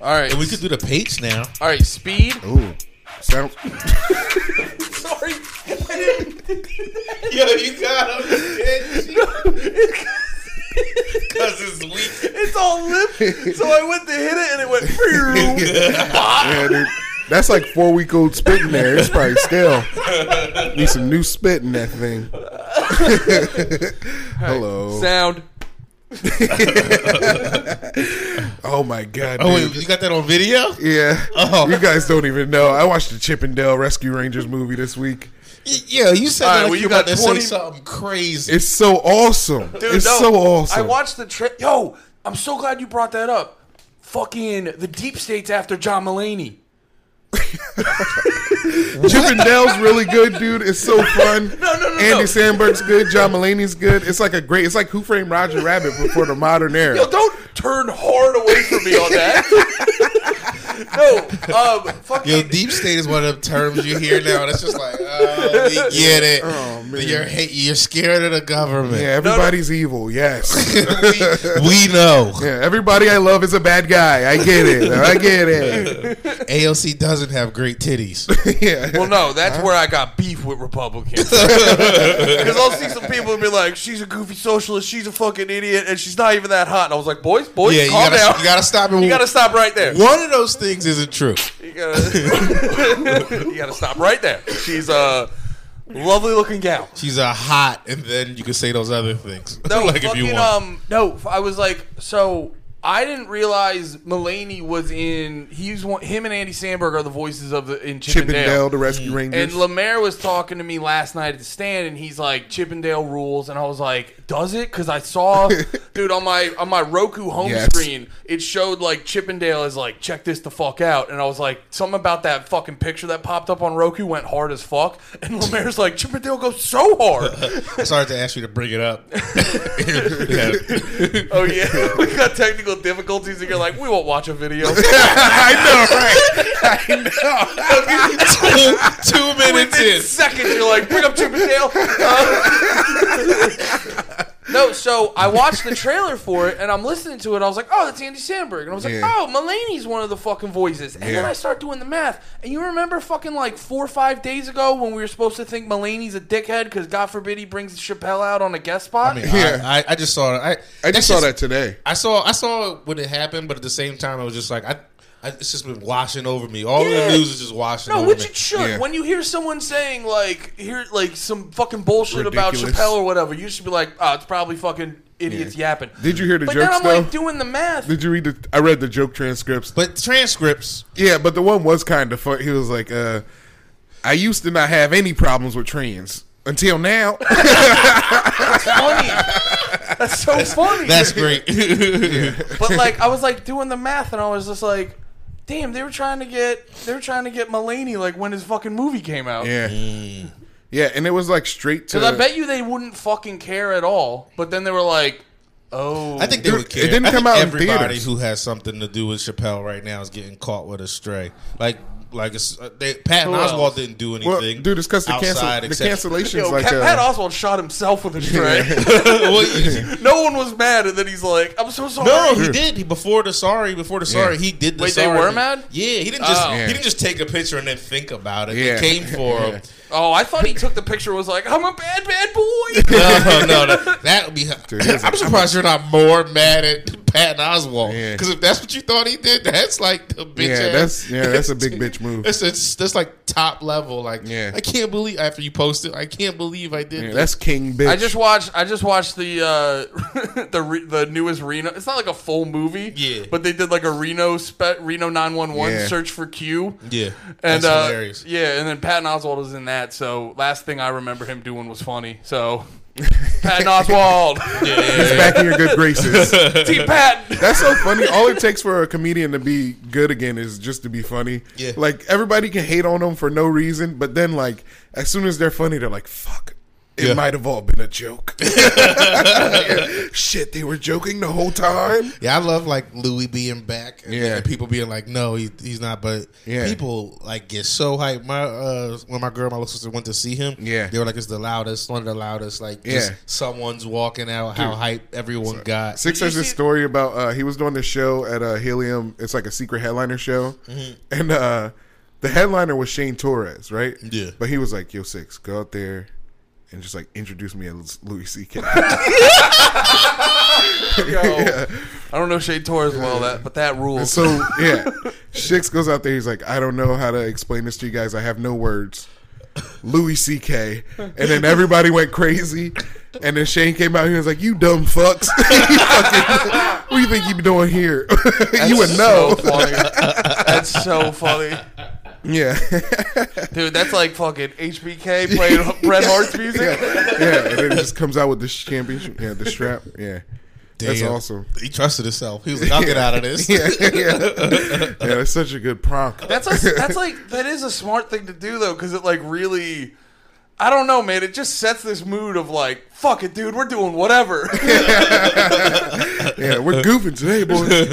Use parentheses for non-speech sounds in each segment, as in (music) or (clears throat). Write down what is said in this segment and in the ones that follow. All right. And we could do the pates now. All right. Speed. Ooh. Sound. Sorry. (laughs) Yo, you got him. Because it's weak. It's all lip. So I went to hit it and it went. (laughs) "Pew." Yeah, dude. That's like four week old spit in there. It's probably stale. Need some new spit in that thing. (laughs) Hello. Sound. Oh my god. Oh, dude. wait, you got that on video? Yeah. Oh. You guys don't even know. I watched the Chip and Dale Rescue Rangers movie this week. Y- Yeah, you said All that right, like well, you, you about got to 20 say something crazy. It's so awesome. Dude, it's no. so awesome. I watched the trip. Yo, I'm so glad you brought that up. Fucking the deep states after John Mulaney. Chip and Dale's really good, dude. (laughs) It's so fun. No, no, no, Andy no. Sandberg's good. John Mulaney's good. It's like a great. It's like Who Framed Roger Rabbit before the modern era. Yo, don't turn hard away from me on that. (laughs) no, um, fucking. Yo, deep state is one of the terms you hear now. That's just like, oh, we get it. You're hate, you're scared of the government. yeah, everybody's evil. Yes. (laughs) we, we know Yeah, everybody I love is a bad guy. I get (laughs) it. I get it. AOC doesn't have great titties. Yeah. well, no, that's where I got beef with Republicans. Because I'll see some people and be like, "She's a goofy socialist. She's a fucking idiot, and she's not even that hot." And I was like, "Boys, boys, yeah, you calm gotta, down. you gotta stop it. You gotta stop right there. One of those things isn't true. You gotta, (laughs) you gotta stop right there. She's a lovely looking gal. She's a hot, and then you can say those other things. No, (laughs) like if fucking, you want. um, no. I was like, so I didn't realize Mulaney was in. He's one. Him and Andy Sandberg are the voices of the in Chip, Chip and Dale. the Rescue And Rangers. (laughs) Lemaire was talking to me last night at the stand, and he's like Chippendale rules, and I was like, "Does it?" Because I saw, dude, on my on my Roku home Yes. screen, it showed like Chippendale is like, "Check this the fuck out," and I was like, something about that fucking picture that popped up on Roku went hard as fuck, and (laughs) Lemaire's like, "Chippendale goes so hard." I started to ask you to bring (laughs) it up. (laughs) Yeah. oh yeah, (laughs) we got technical difficulties, and you're like, "We won't watch a video." (laughs) I know, right? I know. two, two minutes Within in. seconds, you're like, bring up Chip and Dale. Uh, (laughs) no, so I watched the trailer for it and I'm listening to it. I was like, oh, that's Andy Sandberg. And I was like, Yeah. oh, Mulaney's one of the fucking voices. And then Yeah. I start doing the math. And you remember fucking like four or five days ago when we were supposed to think Mulaney's a dickhead because God forbid he brings Chappelle out on a guest spot? I mean, Yeah. I, I, I just saw it. I, I that's just saw that today. I saw I saw when it happened, but at the same time, I was just like, I, I it's just been washing over me. All Yeah. the news is just washing No, over which me. it should. Yeah. When you hear someone saying like here like some fucking bullshit about Ridiculous. Chappelle or whatever, you should be like, oh, it's probably fucking idiots yapping. Did you hear the but jokes, then I'm like though? doing the math. Did you read the? I read the joke transcripts. but transcripts, Yeah, but the one was kind of fun. He was like, uh, I used to not have any problems with trans until (laughs) now. (laughs) funny. That's so funny. that's great. (laughs) but like I was like doing the math and I was just like, damn, they were trying to get they were trying to get Mulaney like when his fucking movie came out. yeah. Yeah, and it was like straight to. Because I bet you they wouldn't fucking care at all. But then they were like, oh, I think they Dude, would care. it didn't I come think out in Everybody theaters. who has something to do with Chappelle right now is getting caught with a stray. Like, like it's, uh, they, Patton Who else? Oswald didn't do anything. Well, dude, it's because the, cancel, (laughs) outside the except- cancellations. Yo, like, Pat, uh, Pat Oswald shot himself with a tray. (laughs) (laughs) Well, no one was mad, and then he's like, "I'm so sorry." No, he did. He before the sorry, before the sorry, Yeah. he did the Wait, they sorry. were thing. mad? Yeah, he didn't just Oh. he didn't just take a picture and then think about it. (laughs) Yeah. It came for him. Oh, I thought he took the picture. and Was like, "I'm a bad, bad (laughs) boy." no, no, no. That would be. here's a- I'm surprised you're not more mad at Patton Oswald Yeah. because if that's what you thought he did, that's like the bitch. Yeah, ass- that's- yeah, that's (laughs) a big bitch move. That's it's, that's like top level. Like, Yeah. I can't believe after you posted, I can't believe I did. yeah, that. that's King Bitch. I just watched. I just watched the uh, (laughs) the re- the newest Reno. It's not like a full movie. Yeah. But they did like a Reno spe- Reno nine one one Yeah. search for Q. (laughs) yeah, And that's uh, hilarious. yeah, and then Patton Oswald was in that. So last thing I remember him doing was funny. (laughs) So Patton Oswald, (laughs) Yeah, yeah, He's yeah. back in your good graces. T. Patton. That's so funny. All it takes for a comedian to be good again is just to be funny. Yeah. Like everybody can hate on them for no reason, but then like as soon as they're funny, they're like, "Fuck, It Yeah. might have all been (laughs) a joke. (laughs) Shit, they were joking the whole time. Yeah, I love like Louis being back. And, Yeah. and people being like, no, he, he's not. But Yeah. people like get so hyped. My uh, when my girl, my little sister went to see him. Yeah. they were like, it's the loudest, one of the loudest. Like, just Yeah. someone's walking out. How hype everyone got. Six Did you has this see- story about uh, he was doing this show at uh, Helium. It's like a secret headliner show, Mm-hmm. and uh, the headliner was Shane Torres, right? Yeah. But he was like, "Yo, Six, go out there and just like introduce me as Louis C.K." Yo, I don't know Shade Torres well that, but that rules. so yeah, Six goes out there. He's like, "I don't know how to explain this to you guys. I have no words." Louis C.K. And then everybody went crazy. And then Shane came out here and was like, "You dumb fucks! (laughs) You fucking- what do you think you be doing here? (laughs) you would That's know." So funny. That's so (laughs) funny, Yeah. (laughs) dude. That's like fucking HBK (laughs) playing Bret Hart's music. yeah, yeah, and then he just comes out with the championship, yeah, the strap, yeah. That's Damn. (laughs) awesome. He trusted himself. He was like, I'll get out of this. (laughs) (laughs) Yeah, yeah, yeah. That's such a good prank. That's a, that's like that is a smart thing to do though, because it like really. I don't know, man. It just sets this mood of like, fuck it, dude. We're doing (laughs) whatever. (laughs) yeah, we're goofing today, boys. yeah,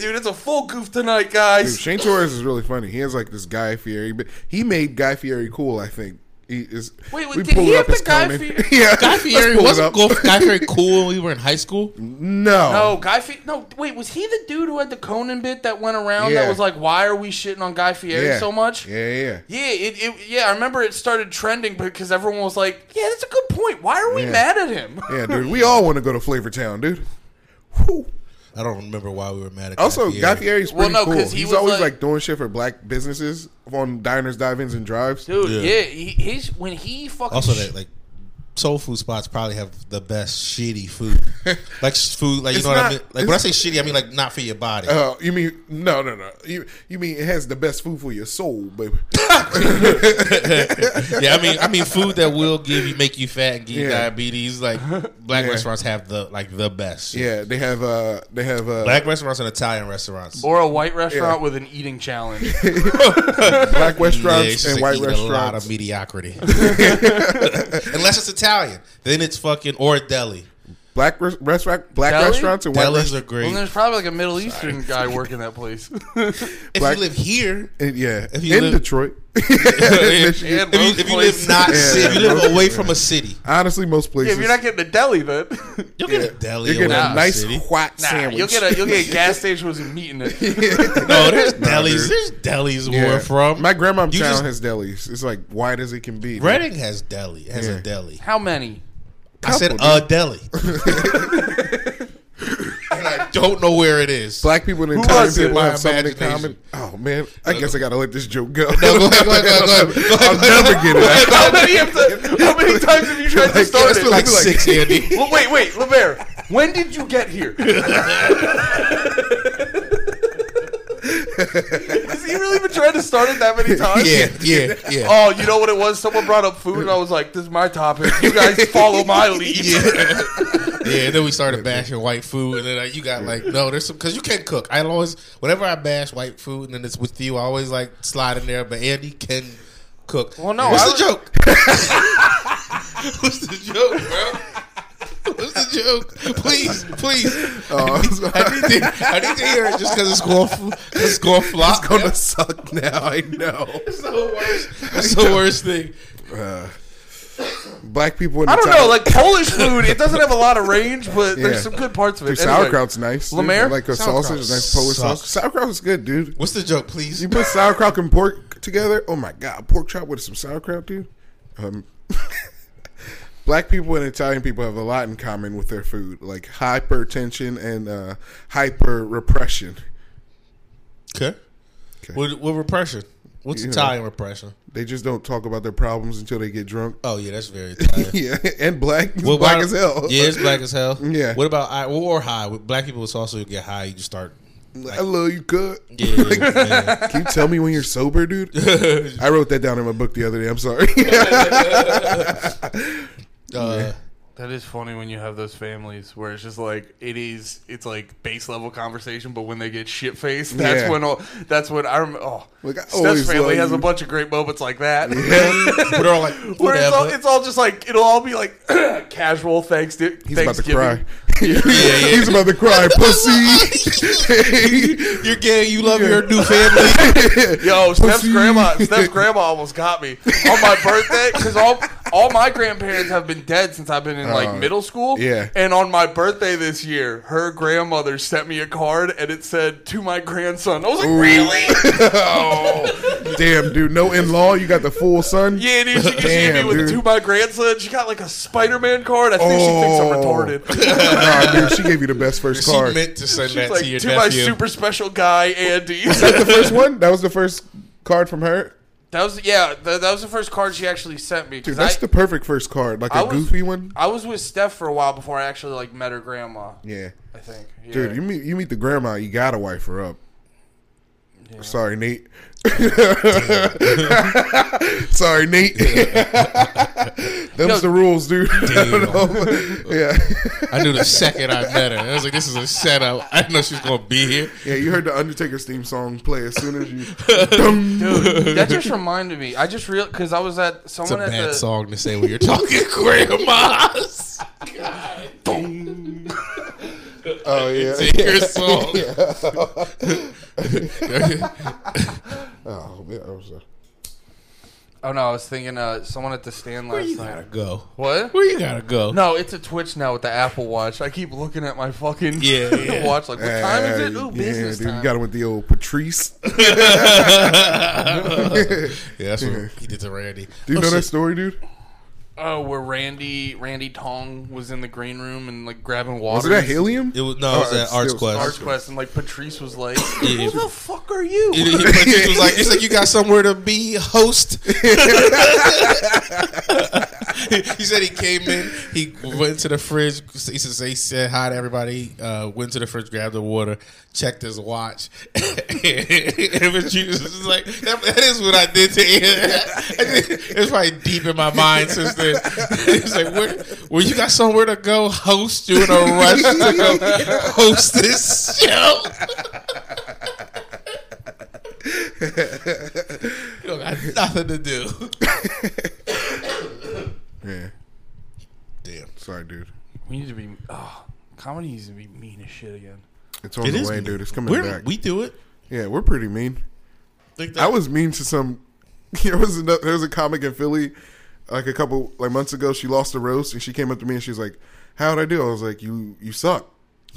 dude. It's a full goof tonight, guys. Dude, Shane Torres is really funny. He has like this Guy Fieri, but he made Guy Fieri cool. I think he is. Wait, wait, did he have the Guy Conan. Fieri- (laughs) yeah, Guy let's Fieri pull it wasn't up. cool. Guy Fieri (laughs) cool when we were in high school. No, No, Guy Fieri. No, wait, was he the dude who had the Conan bit that went around Yeah. that was like, why are we shitting on Guy Fieri yeah. so much? Yeah, yeah, yeah. Yeah, it, it, yeah, I remember it started trending because everyone was like, yeah, that's a good point. Why are we Yeah. mad at him? yeah, dude. We all want to go to Flavor Town, dude. Whew. I don't remember why we were mad at. Guy Also, Fieri. Guy Fieri's Well, pretty no, cool. 'cause he he's was, always like- like, doing shit for black businesses on diners, dive-ins, and drives. (laughs) Dude, Yeah. yeah, he, he's when he fucking. Also, sh- that like soul food spots probably have the best shitty food. like s- food, like you It's know what I not- mean. Like when I say shitty, I mean like not for your body. Oh, you mean no, no, no. You you mean it has the best food for your (laughs) soul, baby? (laughs) yeah, I mean, I mean food that will give you make you fat and give you Yeah. diabetes. Like black Yeah. restaurants have the like the best. yeah, they have uh they have uh black, Black restaurants and Italian restaurants. Or a white restaurant Yeah. with an eating challenge. Yeah, restaurants it's just and like white eat restaurants. a lot of (laughs) mediocrity. (laughs) Unless it's Italian, then it's fucking or a deli. black res- restaurant, black Deli? restaurants and white Delis restaurants. are great. And there's probably like a Middle Eastern guy working that (laughs) place. if black- you live (laughs) here, yeah, If you in live- (laughs) Detroit. if, Yeah, you, if you live most not, places. if you live away from a city, Honestly, most if places you're not getting a deli, (laughs) then You'll get a deli. you get away from a Nah. nice The city. white nah, sandwich. you'll get a you'll get a (laughs) (laughs) gas station with some meat in it. (laughs) No, there's delis. dude. There's delis Yeah. where we're from. My grandma's You town just- has delis. It's like wide as it can be. Reading has deli. Has Yeah. a deli. How many? I said Couple, a (laughs) deli. and I don't know where it is. Black people and Italian was it? people My have something in common. imagination. Oh man, I guess I gotta let this joke go. go ahead, go ahead, go ahead, go ahead. Go (laughs) ahead, I'll go ahead. never get it. out. (laughs) How many, have to, how many times have you tried to Like, start that's it? what like I'd be like- six, (laughs) Andy. Well, wait, wait, LeBaire, when did you get here? (laughs) Has he really been trying to start it that many times? Yeah, yeah, (laughs) yeah. Oh, you know what it was? Someone brought up food, and I was like, "This is my topic. You guys follow my (laughs) lead." Yeah. yeah, and then we started bashing white food, and then uh, you got like, no, there's some because you can cook. I always, whenever I bash white food, and then it's with you, I always like slide in there. But Andy can cook. Well, no, what's I the was- (laughs) joke? what's the joke, bro? What's the joke? Please, please. Oh, I, need, (laughs) I need to, I need to hear it just because it's going, fl- it's going flop. It's (laughs) gonna suck now. I know. the worst. It's the worst thing. Black people. In I don't know, like Italian- Polish food. It doesn't have a lot of range, but Yeah. there's some good parts of it. Dude, Anyway. sauerkraut's nice. dude. Lemaire? I like a Sauerkraut sausage, a nice Polish sucks. sauce. Sauerkraut's good, dude. What's the joke? Please. You put sauerkraut and pork together. Oh my god, pork chop with some sauerkraut, dude. Um, (laughs) black people and Italian people have a lot in common with their food, like hypertension and uh, hyper repression. Okay. What, what repression? What's You know. Italian repression? They just don't talk about their problems until they get drunk. (laughs) Oh yeah, that's very Italian. Yeah, and black, Well, black why- as hell. Yeah, (laughs) it's black as hell. Yeah. What about I well, or high? With black people, it's also you get high. You just start. I love you, good. Yeah. (laughs) yeah. Can you tell me when you're sober, (laughs) dude? I wrote that down in my book the other day. I'm sorry. Uh, That is funny when you have those families where it's just like it is. It's like base level conversation, but when they get shit faced, that's Yeah. when all. That's when I remember. Oh, Like, I Steph's always family love has a you. bunch of great moments like that. But they're all like, (laughs) Where it's all, whatever. it's all just like it'll all be like (clears throat) casual thanks Thanksgiving. He's about to (laughs) cry. (laughs) (laughs) He's about to cry, (laughs) (laughs) pussy. You're gay. You love your new family. (laughs) Yo, Steph's Pussy. grandma, Steph's grandma almost got me on my birthday because all all my grandparents have been dead since I've been in like Oh, middle school. yeah. and on my birthday this year, her grandmother sent me a card and it said to my grandson. I was like, really? oh, damn, dude. No in law. You got the full son. Yeah, dude. She gave me Damn, with dude. to my grandson. She got like a Spider Man card. I think Oh. she thinks I'm (laughs) retarded. nah, dude. She gave you the best first she card. meant to send that It's like to to, your my nephew. super special guy (laughs) Andy. That's the first one. That was the first card from her. that was yeah. That, that was the first card she actually sent me. 'cause Dude, that's I- the perfect first card. Like a I was- goofy one. I was with Steph for a while before I actually like met her grandma. Yeah. I think. Yeah. Dude, you meet you meet the grandma, you gotta wife her up. Sorry, Nate. (laughs) Sorry, Nate. (laughs) Them's the rules, dude. (laughs) I don't know. yeah, I knew the second I met her. I was like, this is a setup. I didn't know she was going to be here. yeah. You heard the Undertaker's theme song play as soon as you. Dum. Dude, that (laughs) just reminded me. I just real because I was at It's a someone at bad the song to say when you're talking (laughs) grandmas. (laughs) Oh yeah. It's (laughs) your song. Oh man, I was, uh, Oh no, I was thinking uh, someone at the stand Where last you night. gotta go? What? Where you gotta go? (laughs) No, it's a Twitch now with the Apple Watch. I keep looking at my fucking Yeah, yeah. (laughs) watch. Like, what time is it? uh, Ooh, yeah, business dude, time. You got it with the old Patrice. Yeah, that's what he did to Randy. Do (laughs) you Oh, know that shit. story, dude? oh, where Randy Randy Tong was in the green room and like grabbing water. Was it at Helium? It was, no, it was Oh, at it's- Arts it was Quest. Arts Quest and like Patrice was like, Yeah. "Who the fuck are (laughs) you?" He- he- he was like, it's like you got somewhere to be, host. (laughs) he said he came in, he went to the fridge. He said, he said hi to everybody. Uh, went to the fridge, grabbed the water, checked his watch. (laughs) and was just like, that- that is what I did to him. (laughs) it's probably deep in my mind since then. (laughs) He's like, where, well, you got somewhere to go, host. You in a rush to go host this show? You don't got nothing to do. (laughs) Yeah. Damn. Sorry, dude. We need to be. Oh, comedy needs to be mean as shit (laughs) again. It's on It the is way, mean. dude. It's coming We're, back. we do it. yeah, we're pretty mean. Like that. (laughs) I was mean to some. (laughs) There was a, there was a comic in Philly, like a couple like months ago. She lost a roast and she came up to me and she's like, "How'd I do?" I was like, "You you suck.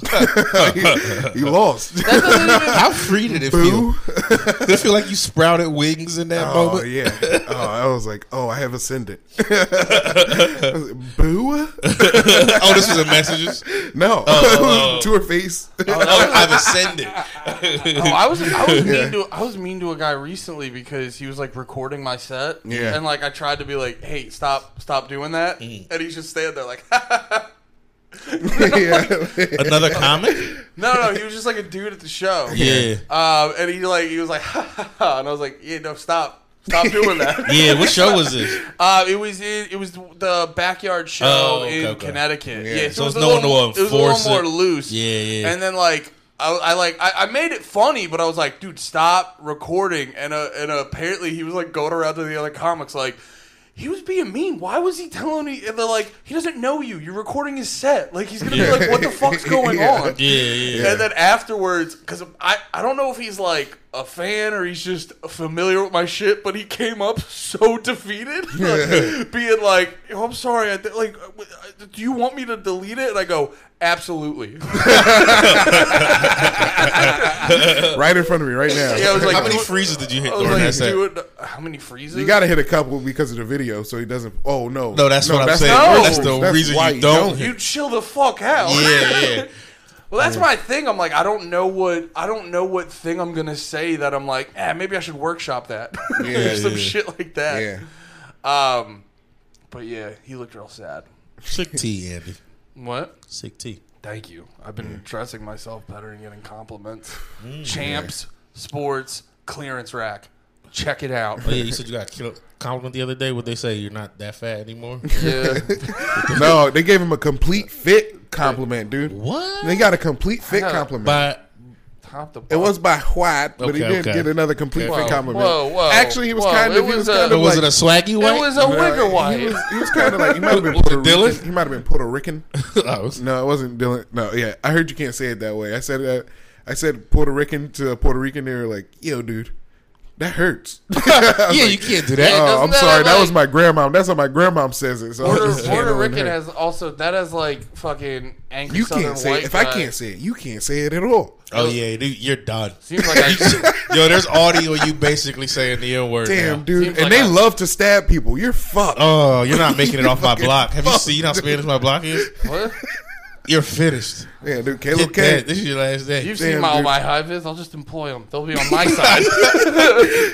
(laughs) you, you lost." How free did it (laughs) Boo. feel? Did it feel like you sprouted wings in that Oh moment? yeah. Oh, I was like, "Oh, I have ascendant." (laughs) I was like, Boo. (laughs) oh, this was a message. No, (laughs) oh. to (laughs) her face. I've ascended. Oh, I was I was mean to I was mean to a guy recently because he was like recording my set. Yeah. And like I tried to be like, hey, stop, stop doing that. And he's just standing there like, (laughs) (laughs) yeah. Another comic? no, no, he was just like a dude at the show. Yeah. Um, and he like he was like, (laughs) and I was like, yeah, no, stop, stop doing that. Yeah, what show was this? Uh, it was in, it was the backyard show Oh, okay, in okay. Connecticut. Yeah, So it was it's a no one little- will It was a little enforce more it. loose. Yeah, yeah. And then like I, I like I, I made it funny, but I was like, dude, stop recording. And uh, and apparently he was like going around to the other comics like. He was being mean. Why was he telling me? And they're like, he doesn't know you. You're recording his set. Like he's gonna Yeah. be like, what the fuck's going Yeah. on? Yeah, yeah. And then afterwards, because I, I don't know if he's like a fan or he's just familiar with my shit, but he came up (laughs) so defeated, (laughs) like, being like, "Oh, "I'm sorry, I th- like, uh, w- uh, do you want me to delete it?" And I go, "Absolutely." (laughs) right in front of me right now. Yeah, I was like, How many what- freezes did you hit I during that was like, set? "Dude, uh, how many freezes?" (laughs) You got to hit a couple because of the video, so he doesn't. Oh no, No, that's what I'm saying. No. That's the reason why you don't. (laughs) You chill the fuck out. Yeah, yeah. (laughs) Well, that's my thing. I'm like, I don't know what I don't know what thing I'm gonna say that I'm like, eh, maybe I should workshop that (laughs) Yeah, or some yeah. shit like that. Yeah, Um, but yeah, he looked real sad. Sick tea, Andy. What? Sick tea. Thank you. I've been dressing Mm. myself better and getting compliments. Champs, sports, clearance rack. check it (laughs) out. Oh, yeah, you said you got killed. Compliment the other day. What they say? You're not that fat anymore. Yeah. no, they gave him a complete fit compliment, dude. what? They got a complete fit I know. compliment. But Top to It was by White, but he Okay, didn't okay. get another complete Whoa, fit compliment. whoa, whoa, Actually, he was whoa. kind It of. He was was a- kind But of. was Like, it a swaggy Oh, It way? (laughs) was a wigger white. He was, kind of like he might have been Puerto Dylan? Rican. He might have been Puerto Rican. (laughs) I was- No, it wasn't Dylan. No, yeah, I heard you can't say it that way. I said uh, I said Puerto Rican to a Puerto Rican. They were like, "Yo, dude, that hurts." (laughs) I was yeah, like, you can't do that. Yeah. Oh, doesn't I'm that sorry. That like- was my grandma. That's how my grandma says it. (laughs) So I Puerto, just Puerto handling Rican her. has also that has like fucking angry You southern can't say white. it. if guy. I can't say it, you can't say it at all. Oh yeah, dude, you're done. Seems like (laughs) I, Yo, there's audio of you basically saying the N word. Damn, now. dude, Seems and like they I- love to stab people. You're fucked. Oh, you're not making it off my block. Have you seen how Spanish my block is? what? You're finished. yeah, dude, Get Caleb okay. K. This is your last day. You've Damn, seen my, all dude. my high vis. I'll just employ them. They'll be on (laughs) my side.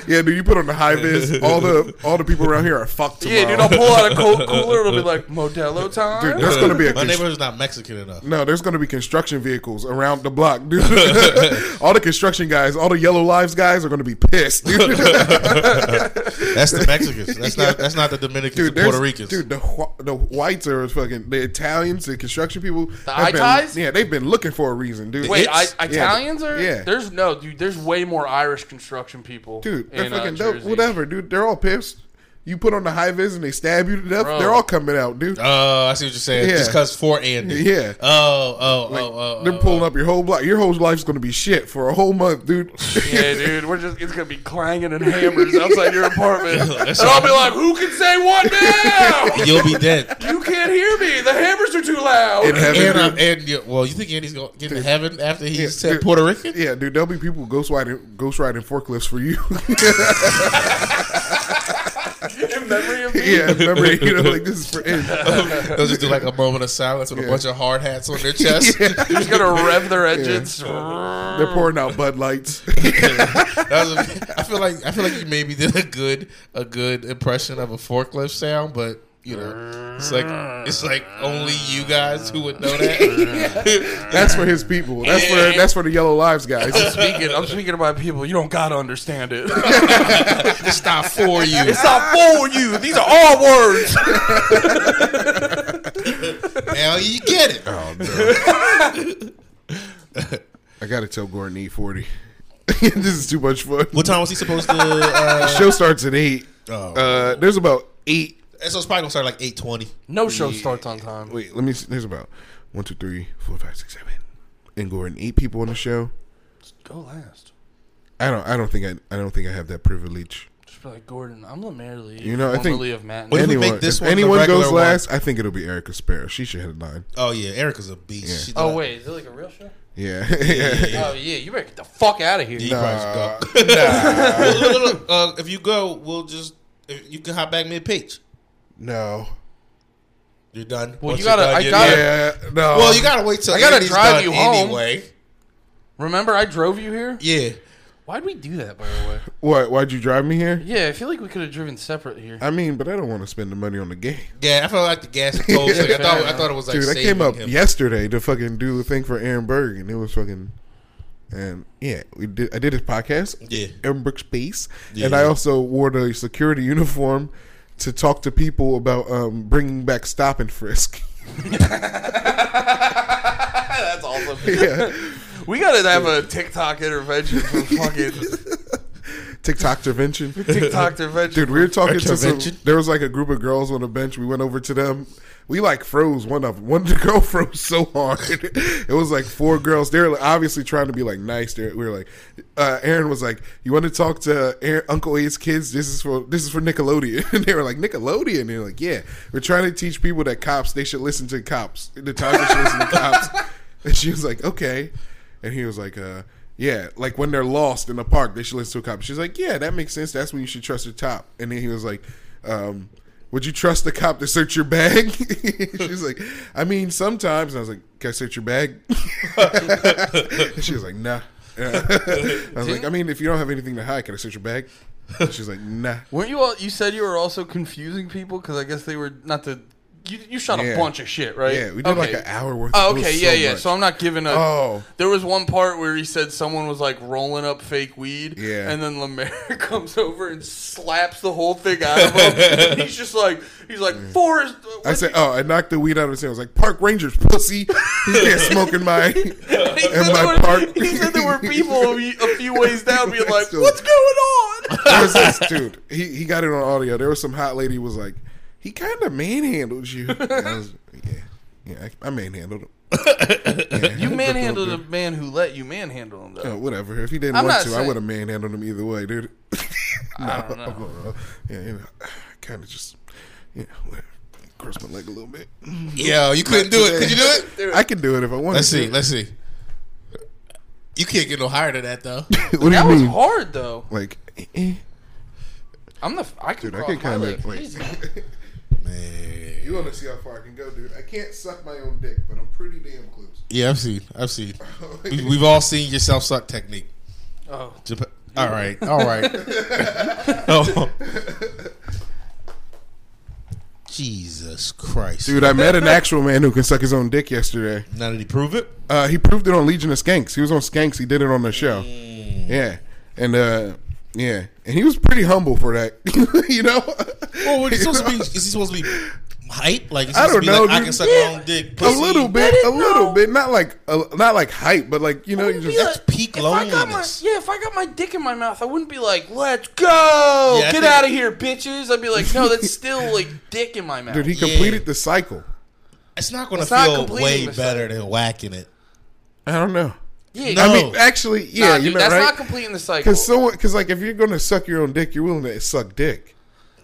Yeah, dude, you put on the high vis. All the all the people around here are fucked tomorrow. yeah, dude. I'll pull out a (laughs) Coke cooler. It'll be like Modelo time. Dude, (laughs) there's gonna be a my constr- neighborhood's not Mexican enough. no. There's gonna be construction vehicles around the block, dude. (laughs) all the construction guys, all the yellow lives guys are gonna be pissed, dude. That's the Mexicans. (laughs) That's not. That's not the Dominicans. or dude, there's- Puerto Ricans. Dude, the wh- the whites are fucking the Italians, the construction people. The eye ties? Yeah, they've been looking for a reason, dude. Wait, I, It's- Italians are? yeah. There's no, dude. There's way more Irish construction people. dude, they're in, uh, fucking dope. Jersey. Whatever, dude. They're all pissed. You put on the high vis and they stab you to death. Bro. They're all coming out, dude. Oh, I see what you're saying. Yeah. Just cause for Andy. Yeah. Oh, oh, oh, oh, oh. Uh, They're pulling up your whole block. Your whole life's gonna be shit for a whole month, dude. (laughs) Yeah, dude, we're just it's gonna be clanging and hammers outside your (laughs) apartment, and I'll be like, "Who can say what now? oh. You'll be (laughs) dead. You can't hear me. The hammers are too loud." In heaven, and, dude. I'm, and you- well, you think Andy's gonna get to heaven after he Yeah, said dude. Puerto Rican? Yeah, dude, there'll be people ghost riding, ghost riding forklifts for you. (laughs) (laughs) in memory of me. yeah, (laughs) remember, you know, like this is for (laughs) end. (laughs) They'll just do like a moment of silence with a bunch of hard hats on their (laughs) chest. They're just gonna rev their engines. They're pouring out Bud Lights. (laughs) That was a- I feel like I feel like you maybe did a good a good impression of a forklift sound, but you know, it's like it's like only you guys who would know that. (laughs) That's for his people. That's for that's for the Yellow Lives guys. Speaking, I'm speaking to my people. You don't gotta understand it. it's not for you. (laughs) It's not for you. These are all words. Now you get it. (laughs) I gotta tell Gordon eight forty. (laughs) this is too much fun. What time was he supposed to? Uh, Show starts at eight. Oh. Uh, there's about eight. so it's probably gonna start like eight twenty. No show starts on time. Wait, let me. See. There's about one, two, three, four, five, six, seven, and Gordon eight people on the show. Go last. I don't. I don't think. I. I don't think I have that privilege. Just be like Gordon. I'm Lemary. You know, I think- formerly of Matt. and What if we anyone, make this if one the anyone regular goes one? last, I think it'll be Erica Sparrow. She should headline. Oh yeah, Erica's a beast. She Oh did- wait, is it like a real show? Yeah. (laughs) Oh yeah, you better get the fuck out of here. You guys go. Well, look, look, look, uh, if you go, we'll just if you can hop back mid pitch. (laughs) no. You're done. Well, you you're gotta- done, I you're gotta- done. Yeah. No. Well, you Um, gotta wait till I gotta Andy's drive done you home. anyway. Remember, I drove you here. Yeah. Why'd we do that, by the (laughs) way? What? Why'd you drive me here? Yeah, I feel like we could have driven separate here. I mean, but I don't want to spend the money on the game. Yeah, I felt like the gas was cold. so I thought I thought it was like Dude, I saving came up him. yesterday to fucking do the thing for Aaron Berg, and it was fucking. And yeah, we did. I did his podcast, Yeah. Aaron Berg Space, and Yeah. I also wore the security uniform to talk to people about um, bringing back stop and frisk. (laughs) (laughs) That's awesome. (laughs) yeah, We gotta have a TikTok intervention for (laughs) fucking TikTok intervention. TikTok intervention. Dude, we were talking to some. Intervention. There was like a group of girls on the bench. We went over to them. We like froze one of them. One (laughs) the girl froze so hard. It was like four girls. They were like, obviously trying to be like nice. They we were like, uh, Aaron was like, "You want to talk to Aaron, Uncle A's kids? This is for this is for Nickelodeon." (laughs) And they were like, "Nickelodeon." And they're like, "Yeah, we're trying to teach people that cops they should listen to cops. The time they should listen to cops." And she was like, "Okay," and he was like, "Uh." Yeah, like when they're lost in the park, they should listen to a cop. She's like, "Yeah, that makes sense. That's when you should trust the top." And then he was like, um, "Would you trust the cop to search your bag?" (laughs) She's like, "I mean, sometimes." And I was like, "Can I search your bag?" (laughs) and she was like, "Nah." (laughs) I was like, "I mean, if you don't have anything to hide, can I search your bag?" And She's like, "Nah." Weren't you all? You said you were also confusing people because I guess they were not to you, you shot Yeah. a bunch of shit, right? Yeah, we did like an hour worth. Oh, It was okay, so yeah, yeah. much. So I'm not giving a. Oh. There was one part where he said someone was like rolling up fake weed. Yeah. And then Lemaire (laughs) comes over and slaps the whole thing out of (laughs) him. he's just like, he's like, Forrest. I said, oh, I knocked the weed out of his hand. I was like, Park Rangers, pussy. (laughs) He can't smoke in my. he said, in my there were, (laughs) park. he said there were people a (laughs) few- a few ways down being like, Still- what's going (laughs) on? (laughs) There was this dude. He, he got it on audio. There was some hot lady who was like, he kind of manhandled you. And I was, yeah, yeah, I, (laughs) I manhandled him. Yeah, You manhandled a man who let you manhandle him, Oh, though. whatever. If he didn't I'm want not to, I saying- would have manhandled him either way, dude. (laughs) no, I don't know. I'm not wrong. yeah, you know, (sighs) kind of just, yeah, whatever. Cross my leg a little bit. Yo, you couldn't do it. Could you do it? I can do it if I want Let's to. see. Let's see. You can't get no higher than that though. what do That you was mean? hard, though. Like, eh, eh. I'm the. I can dude, I can kind of wait. (laughs) Man. You want to see how far I can go, dude? I can't suck my own dick, but I'm pretty damn close. Yeah, I've seen. I've seen. We, we've all seen your self suck technique. Oh, Jap- all right. All (laughs) right. oh. Jesus Christ. Dude, I met an actual man who can suck his own dick yesterday. Now did he prove it? Uh, he proved it on Legion of Skanks. He was on Skanks. He did it on the show. Mm. Yeah, and uh, yeah, and he was pretty humble for that. (laughs) (laughs) you know. Well, Oh, what, he's supposed (laughs) to be, is he supposed to be hype? Like, he's I supposed don't to be know, like, I dude. can suck my own dick. a Pussy. little bit, a little bit, not like a, not like hype, but like you know, you just That's peak I got my, loneliness. yeah, if I got my dick in my mouth, I wouldn't be like, "Let's go, Yeah, I get think- out of here, bitches." I'd be like, "No, that's still (laughs) like dick in my mouth." dude. He Yeah. completed the cycle. It's not going to It's not feel completing way the better than whacking it. I don't know. yeah, No. nah, I mean, actually, yeah, dude, you know, that's right? not completing the cycle. Because someone, because like, if you're gonna suck your own dick, you're willing to suck dick.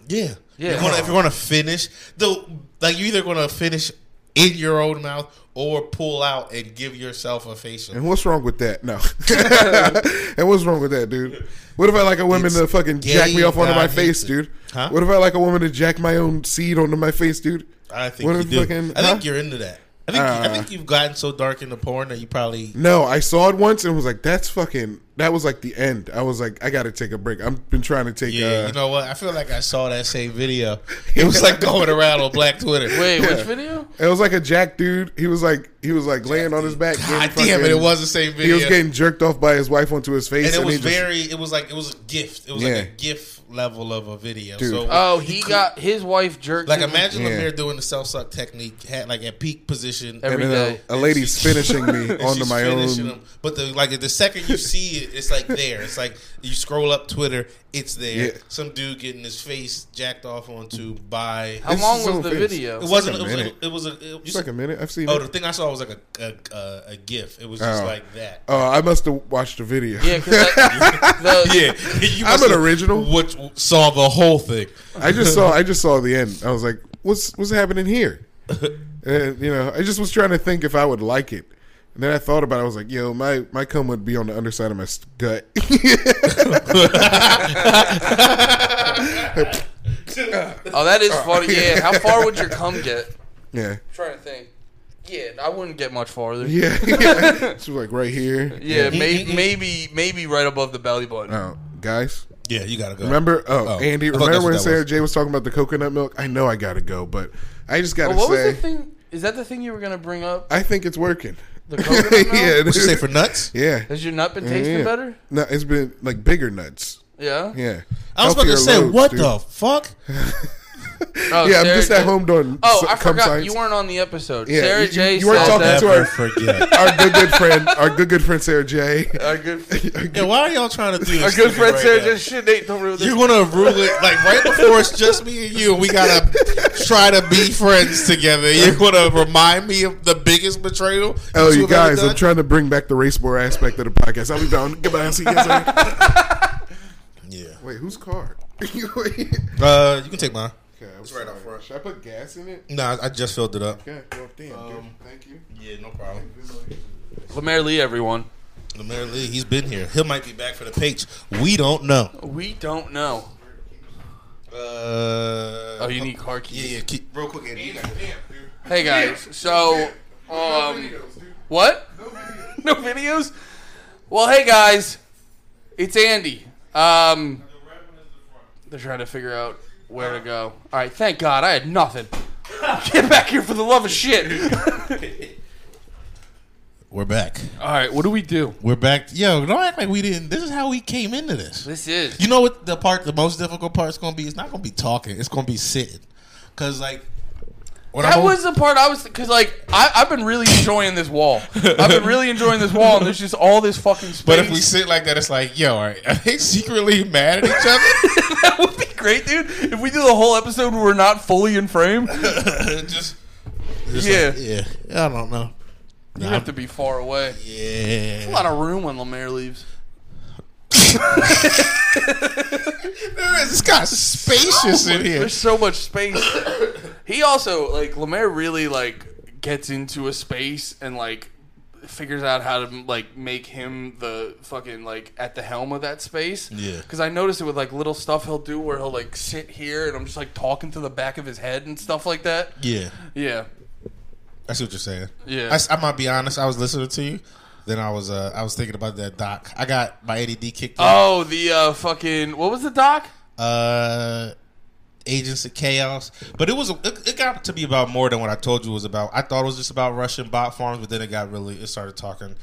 Yeah. Yeah. You wanna, if you want to finish, though, like you either going to finish in your own mouth or pull out and give yourself a facial. And what's wrong with that? No. (laughs) and what's wrong with that, dude? What if I like a woman It's to fucking jack me gay, off onto God my hates face, it. dude? Huh? What if I like a woman to jack my own seed onto my face, dude? I think What you if do. fucking- I think huh? you're into that. I think I Uh. Mm, think you've gotten so dark into porn that you probably No, I saw it once and was like, that's fucking. That was like the end. I was like, I gotta take a break. I've been trying to take. yeah. uh, you know what? I feel like I saw that same (laughs) video. It was like going around on Black Twitter. (laughs) Wait, Yeah. which video? It was like a jack dude. He was like, he was like laying on his back. God getting damn it! fucking- It was the same He video. was getting jerked off by his wife onto his and face, and, it was he just- very. It was like it was a gift. It was Yeah. like a gift level of a video. Dude. So Oh, he got his wife jerked. like him. imagine Yeah. Lemire doing the self suck technique, had like at peak position. Every- and then day. a, a lady's finishing (laughs) me and onto she's my finishing own. him. But the like the second you see it, it's like there. It's like you scroll up Twitter, it's there. Yeah. Some dude getting his face jacked off onto by. How This long is was so the offensive. video? It wasn't. like a It was. minute. A, it was a. It It's like a minute. I've seen Oh, it. the thing I saw was like a a, a, a gif. It was just Oh. like that. Oh, I must have watched the video. yeah, because the, (laughs) Yeah, (laughs) you I'm must an have- original. Which saw the whole thing. (laughs) (laughs) I just saw. I just saw the end. I was like, "What's what's happening here?" And you know, I just was trying to think if I would like it. And then I thought about. it. I was like, "Yo, my my cum would be on the underside of my s- gut." (laughs) oh, that Uh, is funny. Yeah, how far would your cum get? yeah, trying to think. Yeah, I wouldn't get much farther. Yeah, yeah, (laughs) yeah. She was like right here. may- maybe maybe right above the belly button. Oh, guys, Yeah, you gotta go. remember? Oh, Oh, Andy, I thought remember that's what when that Sarah was. J was talking about the coconut milk? I know I gotta go, but I just gotta But what was say, the thing? Is that the thing you were gonna bring up? I think it's working. (laughs) The coconut milk? yeah, What you dude. say for nuts? (laughs) yeah. Has your nut been tasting Yeah. better? No, it's been like bigger nuts. Yeah. Yeah. I was about to Healthier say, loads, what dude. the fuck? Oh, yeah, I'm Sarah just at J- home doing. Oh, s- I cum forgot science. you weren't on the episode. Yeah, Sarah you- J. you weren't said talking that- to Never our- forget. (laughs) (laughs) our good good friend, our good good friend Sarah J. Our (laughs) good, Yeah, why are y'all trying to do this? our to good me friend right Sarah now? J. Shit, Nate, don't ruin this. You're gonna rule it like right before it's just me and you. and We gotta try to be friends together. You're gonna remind me of the biggest betrayal. Oh, two you have ever guys, I'm done? trying to bring back the race war aspect of the podcast. I'll be down. Goodbye. See you guys later. Yeah, Wait, whose car? (laughs) uh, you can take mine. it's right out front. Should I put gas in it? No, I- I just filled it up. Okay, well, damn, dude. Thank you. Yeah, no problem. Lemaire Lee, everyone. Lamar Lee, he's been here. He might be back for the page. We don't know. We don't know. Uh, Oh, you need car keys. Yeah, yeah. Keep, real quick, Andy. you got it. Hey guys, so um, what? (laughs) No videos. Well, hey guys, it's Andy. Um, (laughs) they're trying to figure out where to go. All right, thank God I had nothing. Get back here for the love of shit. We're back. All right, what do we do? We're back. Yo, don't act like we didn't. This is how we came into this. This is. You know what? The part, the most difficult part is going to be. It's not going to be talking. It's going to be sitting. Cause like, when That I'm- was the part I was because like I, I've been really enjoying this wall. I've been really enjoying this wall, and there's just all this fucking space. But (laughs) if we sit like that, it's like, yo, are, are they secretly mad at each other? that would be great, dude. If we do the whole episode where we're not fully in frame, you (laughs) just, just Yeah. like, yeah. I don't know. Nah, have to be far away. yeah. A lot of room when Lemaire leaves. There is- It's kind of spacious in here. There's so much space. (coughs) he also like Lemaire really like gets into a space and like figures out how to like make him the fucking like at the helm of that space. Yeah. Because I noticed it with like little stuff he'll do where he'll like sit here and I'm just like talking to the back of his head and stuff like that. Yeah, Yeah. I see what you're saying. Yeah. I s- I, might be honest. I was listening to you. Then I was, uh, I was thinking about that doc. I got my ADD kicked. in. Oh, the uh, fucking what was the doc? uh Agents of Chaos. But it was it, it got to be about more than what I told you it was about. I thought it was just about Russian bot farms, but then it got really it started talking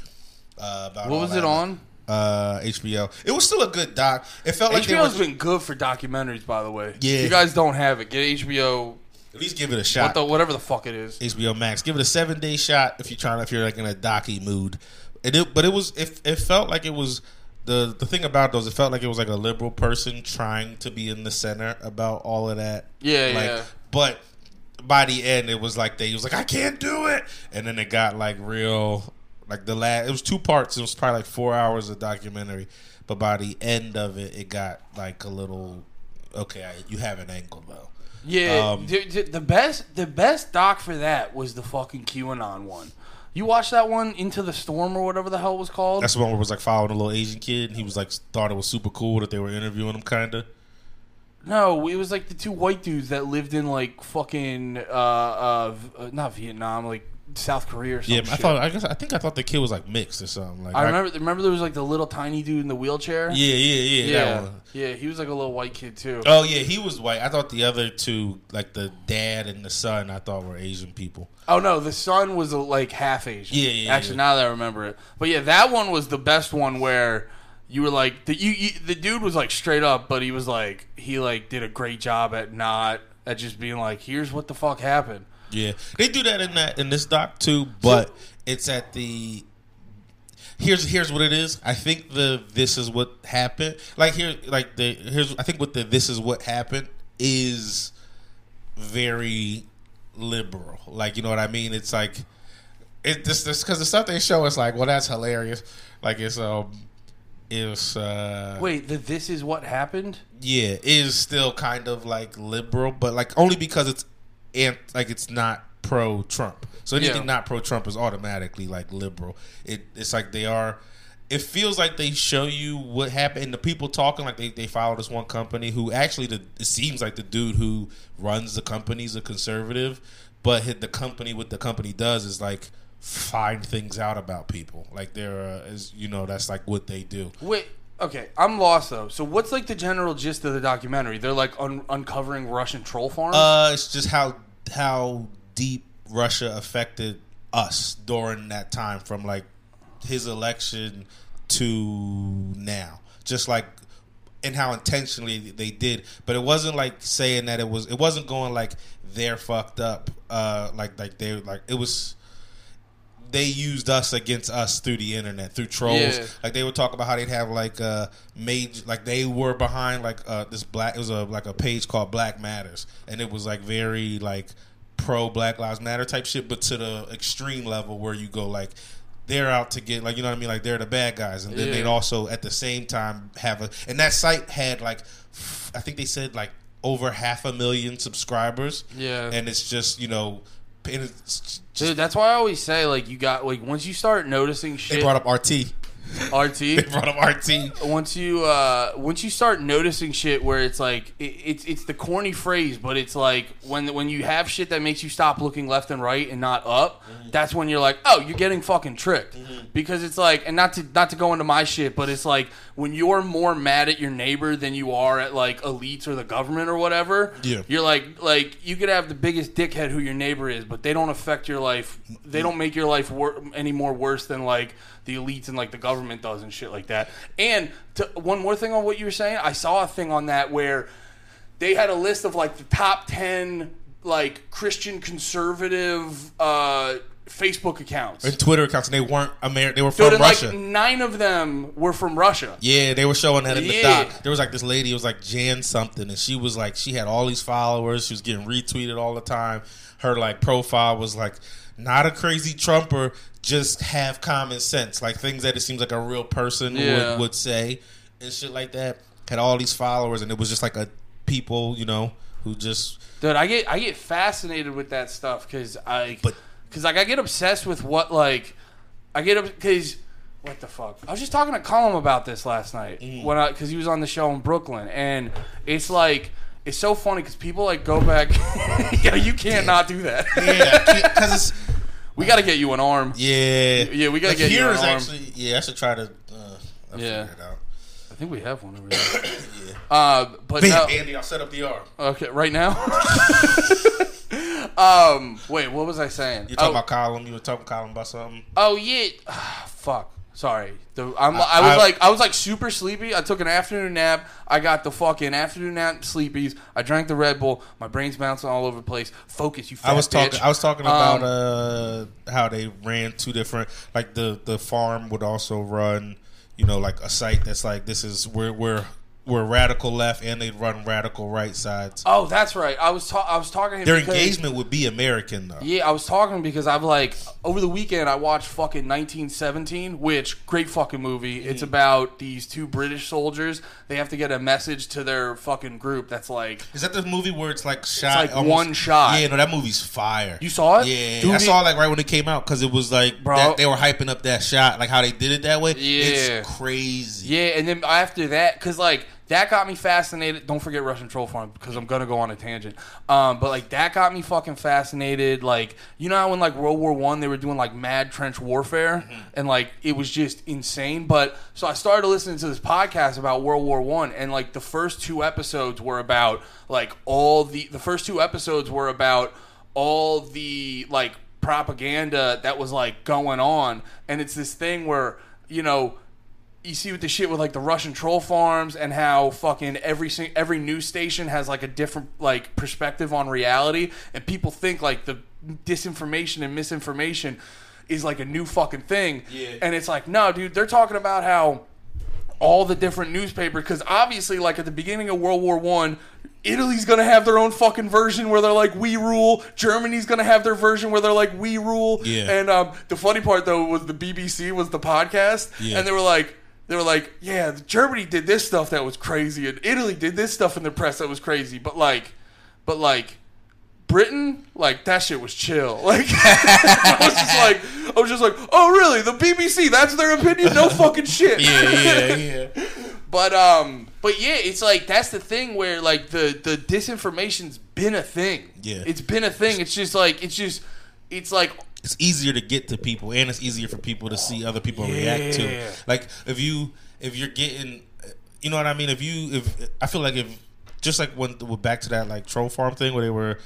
uh, about all What was that. it on? Uh, HBO. It was still a good doc. It felt like they were, HBO's been good for documentaries, by the way. Yeah. If you guys don't have it, get HBO. at least give it a What shot. the whatever the fuck it is. HBO Max. Give it a seven day shot if you're trying if you're like in a docky mood. And it, but it was it, it felt like it was the the thing about those it felt like it was like a liberal person trying to be in the center about all of that. Yeah, like, yeah. But by the end, it was like they was like I can't do it, and then it got like real like the last. It was two parts. It was probably like four hours of documentary. But by the end of it, it got like a little okay. I, you have an angle though. Yeah, Um, dude, dude, the best the best doc for that was the fucking QAnon one. You watched that one, Into the Storm or whatever the hell it was called. That's the one where it was like following a little Asian kid, and he was like thought it was super cool that they were interviewing him, kinda. no, it was like the two white dudes that lived in like fucking uh, uh v- uh, not Vietnam, like South Korea or Yeah, something. I thought I guess I think I thought the kid was like mixed or something. Like I remember. Remember, there was like the little tiny dude in the wheelchair. yeah, yeah, yeah, that yeah, one. yeah. He was like a little white kid too. Oh yeah, he was white. I thought the other two, like the dad and the son, I thought were Asian people. Oh no, the son was uh, like half Asian. Yeah, yeah, Actually, yeah. now that I remember it, but yeah, that one was the best one where you were like the you, you the dude was like straight up, but he was like he like did a great job at not at just being like, here's what the fuck happened. Yeah, they do that in that in this doc too, but it's at the. Here's here's what it is. I think the this is what happened. Like here, like the here's I think what the this is what happened is very liberal. Like you know what I mean? It's like it this this because the stuff they show is like well that's hilarious. Like it's um it's uh Wait, the this is what happened. yeah is still kind of like liberal but like only because it's and like it's not pro trump so anything Yeah. not pro trump is automatically like liberal it it's like they are it feels like they show you what happened and the people talking like they, they follow this one company who actually the, it seems like the dude who runs the company's a conservative but hit the company what the company does is like find things out about people like they're uh, is you know that's like what they do Wait, okay, I'm lost though. So what's like the general gist of the documentary? They're like un- uncovering Russian troll farms. Uh, it's just how how deep Russia affected us during that time, from like his election to now. Just like and how intentionally they did, but it wasn't like saying that it was. It wasn't going like they're fucked up. Uh, like like they like it was. They used us against us through the internet, through trolls. Yeah. Like they would talk about how they'd have like uh major like they were behind like uh this black it was a like a page called Black Matters and it was like very like pro Black Lives Matter type shit but to the extreme level where you go like they're out to get like you know what I mean like they're the bad guys and then Yeah. they'd also at the same time have a and that site had like f- I think they said like over half a million subscribers Yeah. and it's just you know and it's just, Dude, that's why I always say like you got like once you start noticing they shit. brought up RT (laughs) They RT. brought up RT. Once you uh, once you start noticing shit where it's like it, it's it's the corny phrase, but it's like when when you have shit that makes you stop looking left and right and not up, that's when you're like, oh, you're getting fucking tricked because it's like, and not to not to go into my shit, but it's like when you're more mad at your neighbor than you are at like elites or the government or whatever. Yeah. you're like like you could have the biggest dickhead who your neighbor is, but they don't affect your life. They don't make your life wor- any more worse than like the elites and like the government does and shit like that. And to, one more thing on what you were saying, I saw a thing on that where they had a list of like the top 10 like Christian conservative uh Facebook accounts. And Twitter accounts, and they weren't American. They were Dude, from and Russia. like 9 of them were from Russia. Yeah, they were showing that in the Yeah. doc. There was like this lady, it was like Jan something, and she was like, she had all these followers. She was getting retweeted all the time. Her like profile was like, not a crazy Trumper, just have common sense. Like things that it seems like a real person Yeah. would, would say and shit like that. Had all these followers, and it was just like a people, you know, who just. dude i get i get fascinated with that stuff because i But- because like i get obsessed with what like i get up because what the fuck i was just talking to colin about this last night Mm. when i because he was on the show in brooklyn and it's like it's so funny because people like go back (laughs) yeah you can't not do that Yeah, because it's. (laughs) we gotta get you an arm Yeah. Yeah, we gotta The get you an here's arm. actually. Yeah, I should try to. Uh, I'll Yeah. figure it out. i think we have one over there (coughs) uh, but Bam, no, Oh. Andy, I'll set up the arm. okay right now (laughs) um wait what was i saying You talking Oh. about Colin? You were talking Colin about something? Oh yeah, (sighs) fuck. Sorry, the, I'm, I, was I- like I was like super sleepy. I took an afternoon nap. I got the fucking afternoon nap sleepies. I drank the Red Bull. My brain's bouncing all over the place. Focus, you. Fat I was bitch. Um, talking. I was talking about uh, how they ran two different. Like the the farm would also run, you know, like a site that's like this is we're we're we're radical left, and they'd run radical right sides. Oh, that's right. I was ta- I was talking. to him Their because- engagement would be American though. Yeah, I was talking because I've like over the weekend I watched fucking 1917, which great fucking movie. It's Mm-hmm. about these two British soldiers. They have to get a message to their fucking group. That's like Is that the movie where it's like shot like one shot. Yeah, no, that movie's fire. You saw it? Yeah, Dude, I it- saw it like right when it came out because it was like Bro. that, they were hyping up that shot, like how they did it that way. Yeah. it's crazy. Yeah, and then after that, because like that got me fascinated. Don't forget Russian troll farm because I'm gonna go on a tangent. Um, but like that got me fucking fascinated. Like you know how when like World War One they were doing like mad trench warfare and like it was just insane. But so I started listening to this podcast about World War One and like the first two episodes were about like all the the first two episodes were about all the like propaganda that was like going on and it's this thing where you know you see with the shit with like the Russian troll farms and how fucking every sing- every news station has like a different like perspective on reality, and people think like the disinformation and misinformation is like a new fucking thing, Yeah. and it's like no, dude, they're talking about how all the different newspapers because obviously like at the beginning of world war one italy's gonna have their own fucking version where they're like we rule germany's gonna have their version where they're like we rule Yeah. and um, the funny part though was the bbc was the podcast Yeah. and they were like they were like yeah germany did this stuff that was crazy and italy did this stuff in the press that was crazy but like but like Britain, like that shit was chill. (laughs) Like I was just like, I was just like, oh really? The BBC, that's their opinion. No fucking shit. yeah, yeah. yeah. (laughs) But um, but yeah, it's like that's the thing where like the the disinformation's been a thing. Yeah. it's been a thing. It's just like it's just it's like it's easier to get to people and it's easier for people to see other people react Yeah. to like if you if you're getting you know what i mean if you if i feel like if just like when we're back to that like troll farm thing where they were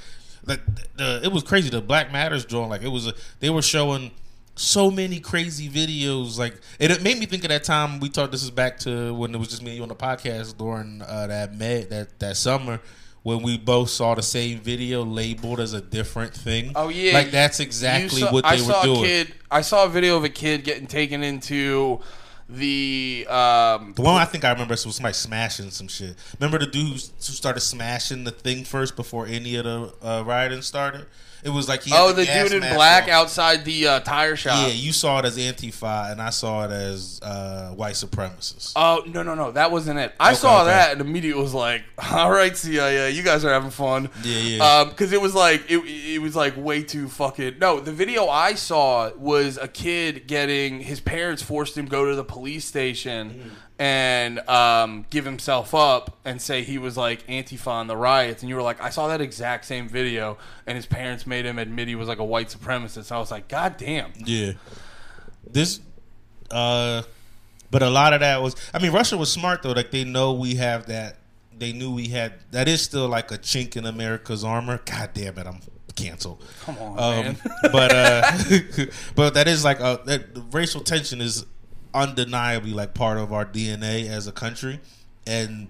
like the it was crazy the black matters drawing like it was a, they were showing so many crazy videos like and it made me think of that time we talked this is back to when it was just me and you on the podcast during uh, that may that that summer when we both saw the same video labeled as a different thing Oh, yeah. like that's you exactly saw- what they I saw were doing. a kid. I saw a video of a kid getting taken into the um. The one I think I remember was somebody smashing some shit. Remember the dude who s- who started smashing the thing first before any of the uh, rioting started? It was like he had Oh, the gas dude in mask black on. outside the uh, tire shop. Yeah, you saw it as Antifa, and I saw it as uh, white supremacists. Oh no no no! That wasn't it. I saw okay. that and immediately was like, (laughs) "All right, CIA, you guys are having fun." Yeah, yeah. Because it was like it, it was like way too fucking. No, the video I saw was a kid getting his parents forced him go to the police station Mm. and um, give himself up and say he was like Antifa in the riots. And you were like, I saw that exact same video, and his parents made him admit he was like a white supremacist. I was like, God damn. Yeah. This, uh, but a lot of that was. I mean, Russia was smart though. Like they know we have that. They knew we had. That is still like a chink in America's armor. God damn it! I'm canceled. Come on, Um, man. (laughs) but uh, (laughs) but that is like a that racial tension is undeniably like part of our DNA as a country, and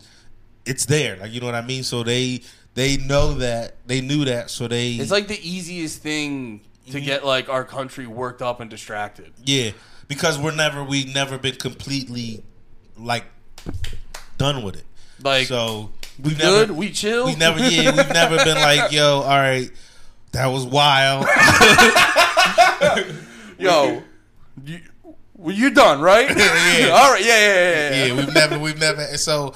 it's there. Like you know what I mean. So they they know that they knew that. So they It's like the easiest thing to get like our country worked up and distracted. Yeah, because we're never we never been completely like done with it. Like so we never good, we chill. we never yeah we've never (laughs) been like yo all right that was wild Yo, you, well, you're done, right? (laughs) Yeah. (laughs) All right. Yeah, yeah, yeah. yeah. yeah we've never we've never and so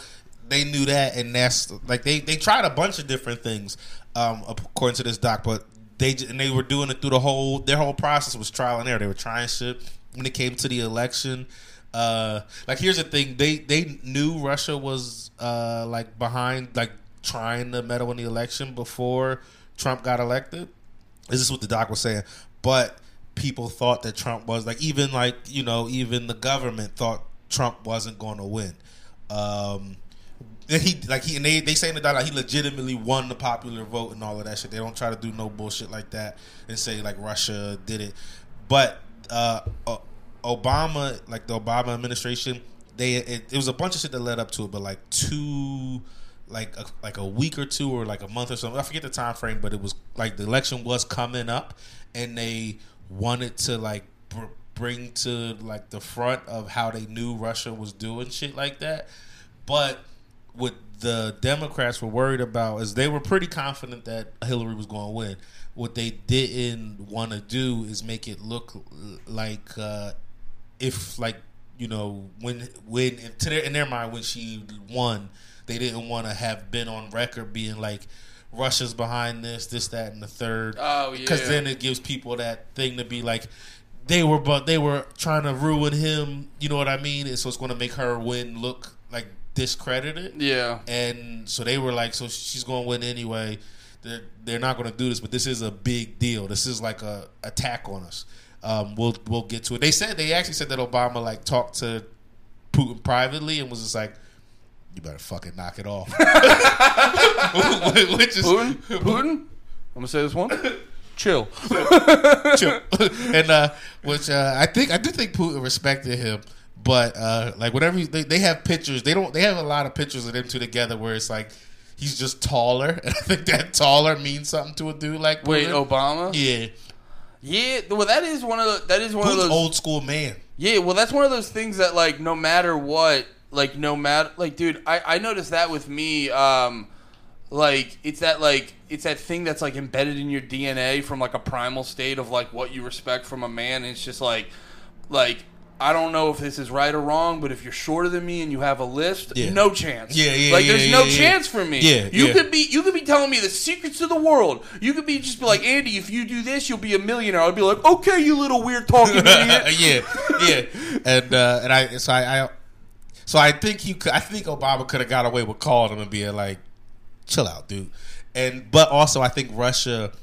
they knew that and that's like they they tried a bunch of different things um according to this doc but they j- and they were doing it through the whole their whole process was trial and error they were trying shit when it came to the election uh like here's the thing they they knew russia was uh like behind like trying to meddle in the election before trump got elected this is what the doc was saying but people thought that trump was like even like you know even the government thought trump wasn't going to win um and he like he and they they say in the dialogue he legitimately won the popular vote and all of that shit. They don't try to do no bullshit like that and say like Russia did it. But uh, O- Obama, like the Obama administration, they it, it was a bunch of shit that led up to it. But like two, like a, like a week or two or like a month or something. I forget the time frame, but it was like the election was coming up, and they wanted to like br- bring to like the front of how they knew Russia was doing shit like that. But what the Democrats were worried about is they were pretty confident that Hillary was going to win. What they didn't want to do is make it look l- like uh, if, like, you know, when when to their, in their mind when she won, they didn't want to have been on record being like Russia's behind this, this, that, and the third Oh, yeah. because then it gives people that thing to be like they were but they were trying to ruin him you know what i mean and so it's going to make her win look like discredited (laughs) yeah. and so they were like so she's going to win anyway they're, they're not going to do this but this is a big deal this is like a attack on us um, we'll we'll get to it they said they actually said that obama like talked to putin privately and was just like you better fucking knock it off (laughs) which is Putin, Putin. I'm gonna say (laughs) this one. Chill. chill. (laughs) and uh, which uh, I think I do think Putin respected him, but uh, like whatever he, they, they have pictures, they don't they have a lot of pictures of them two together where it's like he's just taller, (laughs) and I think that taller means something to a dude like Putin. Wait, oh, Obama. yeah, Yeah. Well, that is one of the, that is one of Putin's those. old school man. Yeah. Well, that's one of those things that like no matter what, like no matter like dude, I I noticed that with me. Um, like it's that like it's that thing that's like embedded in your DNA from like a primal state of like what you respect from a man. And it's just like like. I don't know if this is right or wrong, but if you're shorter than me and you have a list, Yeah. no chance. Yeah, yeah, Like yeah, there's yeah, no yeah. chance for me. Yeah, you yeah. could be you could be telling me the secrets of the world. You could be just be like Andy, if you do this, you'll be a millionaire. I'd be like, okay, you little weird (laughs) talking (laughs) idiot. yeah, yeah, and uh, and I so I, I so I think he could, I think Obama could have got away with calling him and being like, "Chill out, dude," and but also I think Russia,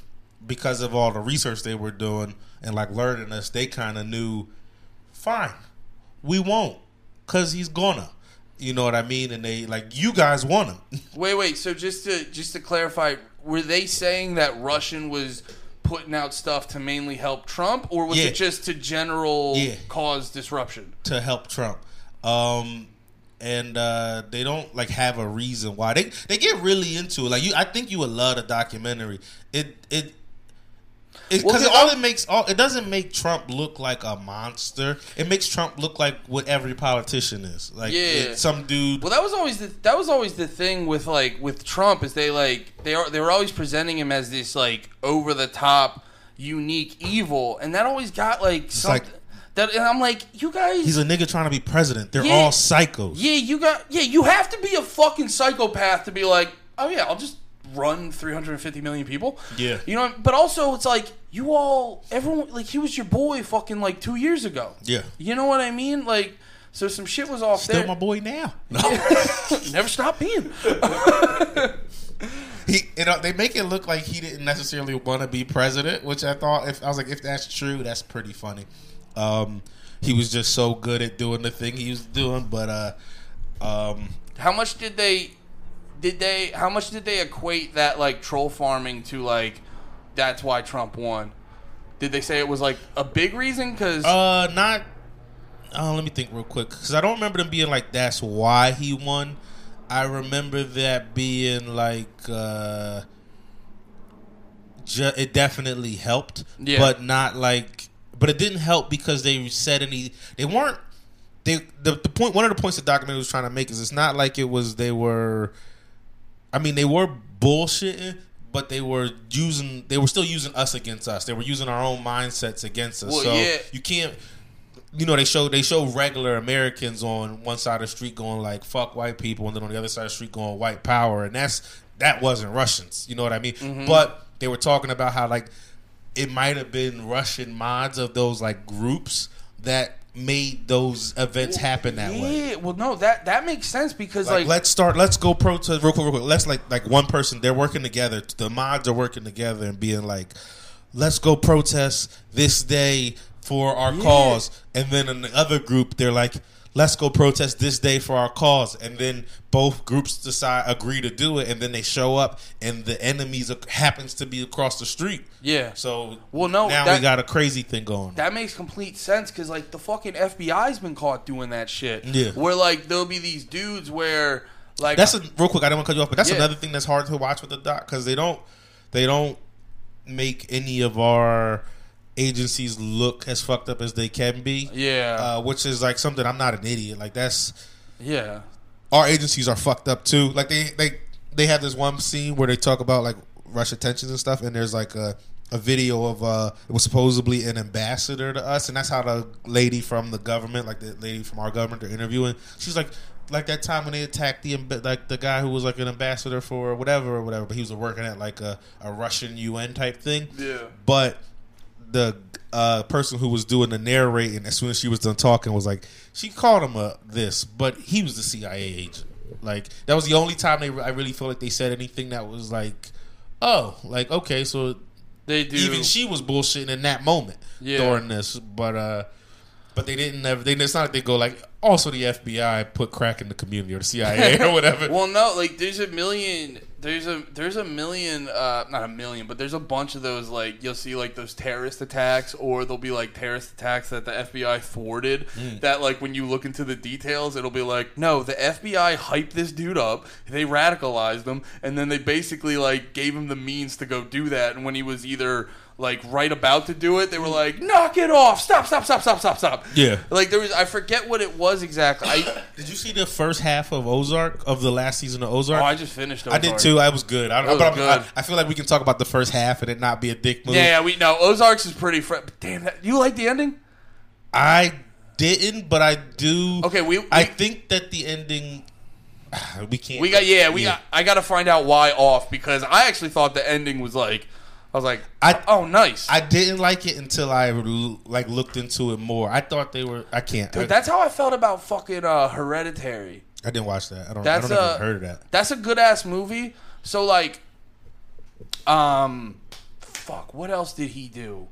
because of all the research they were doing and like learning us, they kind of knew, fine, we won't, cause he's gonna, you know what I mean, and they like you guys want him, (laughs) Wait, wait. So just to just to clarify, were they saying that Russian was putting out stuff to mainly help Trump, or was Yeah. it just to general Yeah. cause disruption? to help Trump. Um, and uh, they don't like have a reason why they they get really into it. Like you, I think you would love the documentary. It it. Well, Because 'cause all it makes all it doesn't make Trump look like a monster. It makes Trump look like what every politician is, like Yeah. it- some dude. Well, that was always the that was always the thing with like with Trump is they like they are they were always presenting him as this like over the top unique evil, and that always got like like- something that and I'm like you guys He's a nigga trying to be president. They're Yeah. all psychos. Yeah, you got. Yeah, you have to be a fucking psychopath to be like, oh yeah, I'll just run 350 million people. Yeah. you know. But also, it's like you all, everyone, like he was your boy, fucking like two years ago. Yeah. you know what I mean? Like, So some shit was off Still there. my boy now. (clears throat) Never stop being. he, you know, they make it look like he didn't necessarily want to be president, which I thought if I was like, if that's true, that's pretty funny. Um, he was just so good at doing the thing he was doing, but uh, um, How much did they did they how much did they equate that like troll farming to like that's why Trump won? Did they say it was like a big reason cuz uh, not. Uh, let me think real quick because I don't remember them being like that's why he won. I remember that being like uh, ju- it definitely helped, Yeah. but not like. But it didn't help because they said any. They weren't. They the, the point. One of the points the documentary was trying to make is it's not like it was they were. I mean, they were bullshitting, but they were using. They were still using us against us. They were using our own mindsets against us. Well, so yeah. you can't. You know they show they show regular Americans on one side of the street going like fuck white people, and then on the other side of the street going white power, and that's that wasn't Russians. You know what I mean? Mm-hmm. But they were talking about how like it might have been Russian mods of those like groups that made those events happen that yeah, way. well no, that that makes sense because Like, like, let's start. Let's go protest real quick. Real quick. Let's like like one person. They're working together. The mods are working together and being like, let's go protest this day for our cause. And then in the other group, they're like, let's go protest this day for our cause. And then both groups decide agree to do it. And then they show up, and the enemies ac- happens to be across the street. yeah. So Well, no, now that- we got a crazy thing going. That makes complete sense because like the fucking FBI's been caught doing that shit. Yeah. Where like there'll be these dudes where like That's a, real quick. I don't want to cut you off, but that's Yeah. another thing that's hard to watch with the doc because they don't they don't make any of our agencies look as fucked up as they can be. yeah Uh, which is like something I'm not an idiot. Like that's yeah our agencies are fucked up too. Like they they they have this one scene where they talk about like Russia tensions and stuff, and there's like a a video of uh it was supposedly an ambassador to us, and that's how the lady from the government, like the lady from our government, they're interviewing. She's like. Like that time when they attacked the amb- like the guy who was like an ambassador for whatever or whatever, but he was working at like a, a Russian UN type thing. Yeah. But the uh, person who was doing the narrating as soon as she was done talking was like she called him a this but he was the cia agent like that was the only time they i really feel like they said anything that was like oh like okay so they do even she was bullshitting in that moment Yeah. during this but uh but they didn't ever they it's not like they go like also the fbi put crack in the community or the cia (laughs) or whatever Well, no, like there's a million, there's a there's a million, uh, not a million, but there's a bunch of those. Like you'll see like those terrorist attacks, or there'll be like terrorist attacks that the FBI thwarted. Mm. That like when you look into the details, it'll be like, no, the FBI hyped this dude up, they radicalized him, and then they basically like gave him the means to go do that. And when he was either like right about to do it, they were like, knock it off, stop, stop, stop, stop, stop, stop. Yeah. Like there was, I forget what it was exactly. I (coughs) did you see the first half of ozark of the last season of ozark oh, I just finished. I did Ozark. too. I was good. I, was but I'm- good. I, I feel like we can talk about the first half and it not be a dick move. Yeah, yeah, we know Ozarks is pretty. Fr- but damn, that you like the ending? I didn't, but I do. Okay, we- I we- think that the ending. (sighs) We can't. We got yeah, we got. I got to find out why off because I actually thought the ending was like, I was like, I- oh nice. I didn't like it until I l- like looked into it more. I thought they were. I can't. Dude, I, that's how I felt about fucking uh, Hereditary. I didn't watch that. I don't. I That's don't a even heard of that. That's a good ass movie. So like, um, fuck, what else did he do?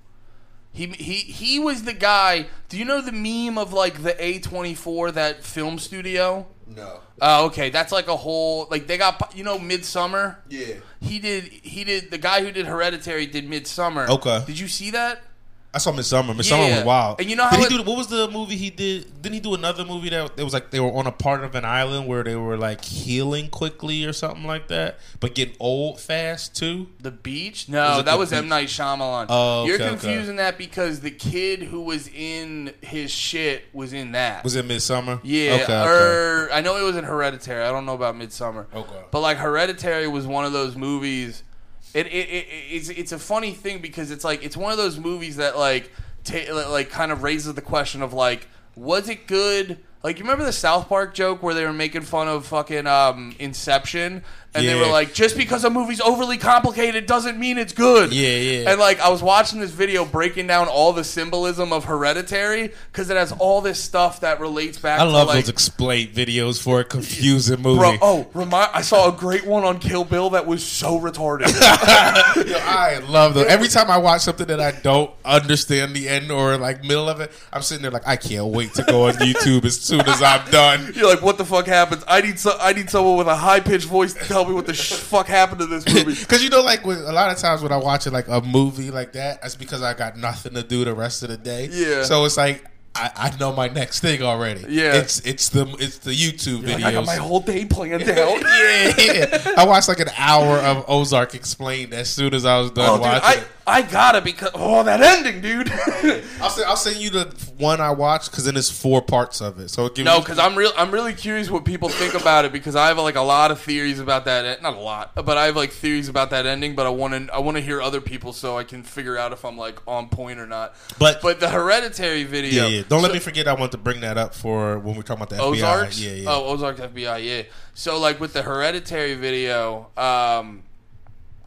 He, he, he was the guy. Do you know the meme of like the A24 that film studio? No. Oh, okay. That's like a whole like they got you know Midsummer. Yeah. He did. He did. The guy who did Hereditary did Midsummer. Okay. Did you see that? I saw Midsummer. Midsummer Yeah. was wild. And you know how did it- he do? What was the movie he did? Didn't he do another movie that it was like they were on a part of an island where they were like healing quickly or something like that, but getting old fast too? The Beach? No, it that The was M Beach? Night Shyamalan. Oh, okay, you're okay. confusing that because the kid who was in his shit was in that. Was it Midsummer? Yeah, er, Okay. okay. or I know it was in Hereditary. I don't know about Midsummer. Okay. But like Hereditary was one of those movies. It, it, it it's it's a funny thing because it's like it's one of those movies that like ta- like kind of raises the question of like was it good? Like you remember the South Park joke where they were making fun of fucking um, Inception and they were Yeah. like, just because a movie's overly complicated doesn't mean it's good. Yeah, yeah. And like, I was watching this video breaking down all the symbolism of Hereditary because it has all this stuff that relates back. I to, love like, those explain videos for a confusing movie. Bro, oh, remind, I saw a great one on Kill Bill that was so (laughs) retarded. Yo, I love those. Every time I watch something that I don't understand the end or like middle of it, I'm sitting there like I can't wait to go on YouTube as soon as I'm done. (laughs) You're like, what the fuck happens? I need so- I need someone with a high pitched voice to tell me what the sh- fuck happened to this (laughs) movie. Because you know, like with, a lot of times when I watch it, like a movie like that, that's because I got nothing to do the rest of the day. Yeah. So it's like I, I know my next thing already. Yeah. It's it's the it's the YouTube Like, videos. I got my whole day planned out. (laughs) yeah, yeah. I watched like an hour of Ozark explained as soon as I was done Oh, dude, watching. I, it. I gotta because oh that ending, dude. (laughs) I'll send, I'll send you the one I watched because then it's four parts of it. So it gives no, you- because I'm real. I'm really curious what people think about it because I have like a lot of theories about that. en- Not a lot, but I have like theories about that ending. But I want to I want to hear other people so I can figure out if I'm like on point or not. But- but the hereditary video. yeah, yeah. Don't let me forget. I want to bring that up for when we're talking about the Ozarks. FBI. Yeah, yeah. Oh, Ozarks FBI. Yeah. So like with the Hereditary video, um,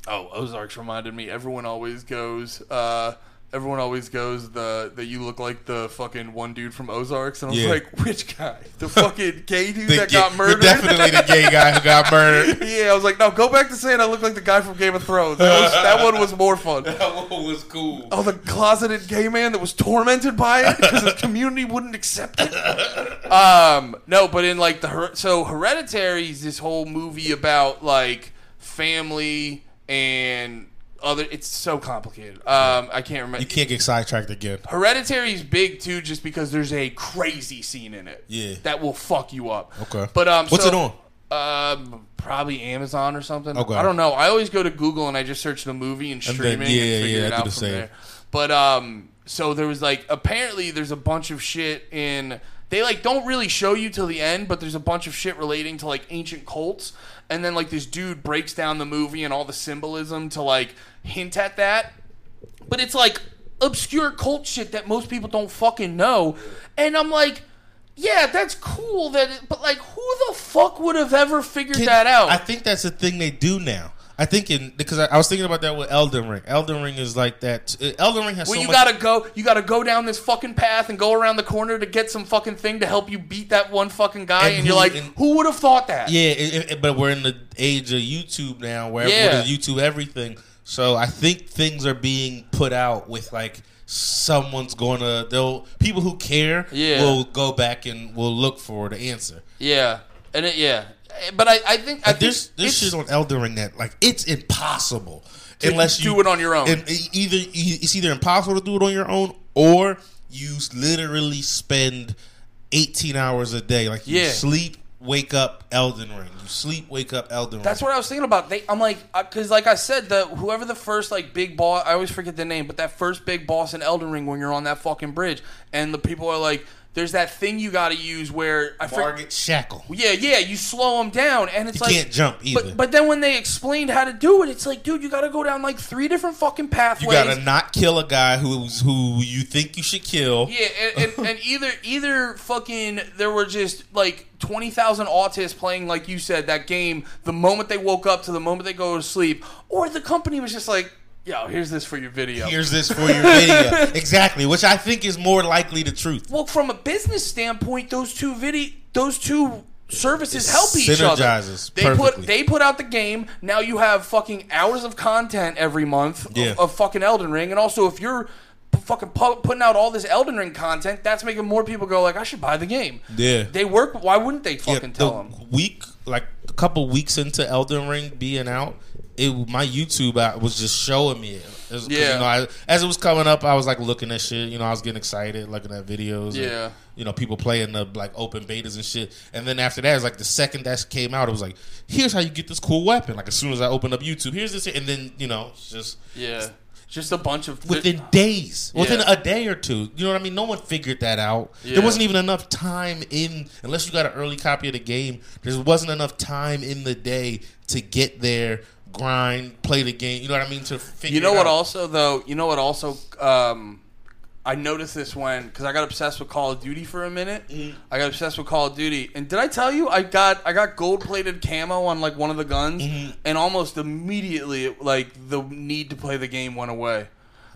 oh Ozarks reminded me. Everyone always goes. Uh, everyone always goes the that you look like the fucking one dude from Ozarks, and I was Yeah. like, which guy? The (laughs) fucking gay dude The that gay- got murdered. Definitely the gay guy who got murdered. (laughs) yeah, I was like, no, go back to saying I look like the guy from Game of Thrones. That, was, that one was more fun. that one was cool. Oh, the closeted gay man that was tormented by it because (laughs) his community wouldn't accept it. Um, no, but in like the her- so Hereditary is this whole movie about like family and other. It's so complicated. Um, I can't remember. You can't get sidetracked again. Hereditary is big too, just because there's a crazy scene in it. Yeah. that will fuck you up. Okay. but um, What's so- it on? Um, probably Amazon or something. Okay. I don't know. I always go to Google and I just search the movie and And streaming then- and, yeah, yeah, figure yeah, I it do out the from same. there. But um, so there was like apparently there's a bunch of shit in. They like don't really show you till the end, but there's a bunch of shit relating to like ancient cults, and then like this dude breaks down the movie and all the symbolism to like hint at that but it's like obscure cult shit that most people don't fucking know. And I'm like, yeah, that's cool that it, but like who the fuck would have ever figured that out? I think that's the thing they do now. I think in because I, I was thinking about that with Elden Ring. Elden Ring is like that. uh, Elden Ring has well, so you much. gotta go. You gotta go down this fucking path and go around the corner to get some fucking thing to help you beat that one fucking guy. And, And you're who- like, and- who would have thought that? Yeah, it, it- but we're in the age of YouTube now, where Yeah. there's YouTube everything. So I think things are being put out with like someone's gonna they'll people who care Yeah. will go back and will look for the answer. Yeah. and it, yeah. But I, I think I think Like there's there's it's- shit on Elden Ring that like it's impossible unless you do it on your own. And e- either e- it's either impossible to do it on your own or you s- literally spend 18 hours a day. Like you Yeah. sleep, wake up, Elden Ring. You sleep, wake up, Elden Ring. That's what I was thinking about. They, I'm like, because like I said, the whoever the first like big boss, I always forget the name, but that first big boss in Elden Ring when you're on that fucking bridge, and the people are like, there's that thing you got to use where I forget. Target shackle. Yeah, yeah, you slow them down, and it's You like can't jump either. But, but then when they explained how to do it, it's like, dude, you got to go down like three different fucking pathways. You gotta not kill a guy who's who you think you should kill. Yeah, and, and, and either either fucking there were just like twenty thousand autists playing, like you said, that game the moment they woke up to the moment they go to sleep, or the company was just like, "Yo, here's this for your video." Here's this for (laughs) your video. exactly, which I think is more likely the truth. well, from a business standpoint, those two video, those two services help each other. synergizes They put perfectly. they put out the game. Now you have fucking hours of content every month of- Yeah. of, fucking Elden Ring, and also if you're p- fucking pu- putting out all this Elden Ring content, that's making more people go like, I should buy the game. Yeah. They work. Why wouldn't they fucking the tell them? Week like a couple weeks into Elden Ring being out, it my YouTube app was just showing me it. It was- 'cause, Yeah. You know, I, as it was coming up, I was like looking at shit. You know, I was getting excited, looking at videos. and, Yeah. you know, people playing the like open betas and shit. And then after that, it's like the second that came out, it was like, here's how you get this cool weapon. Like as soon as I opened up YouTube, here's this, and then you know, it's just Yeah, just a bunch of within days, within Yeah. a day or two. You know what I mean? No one figured that out. Yeah. There wasn't even enough time in, unless you got an early copy of the game. There wasn't enough time in the day to get there, grind, play the game. You know what I mean? To figure. You know it what? out. Also, though, you know what? Also, um, I noticed this when because I got obsessed with Call of Duty for a minute. Mm-hmm. I got obsessed with Call of Duty, and did I tell you I got I got gold plated camo on like one of the guns, Mm-hmm. and almost immediately it, like the need to play the game went away.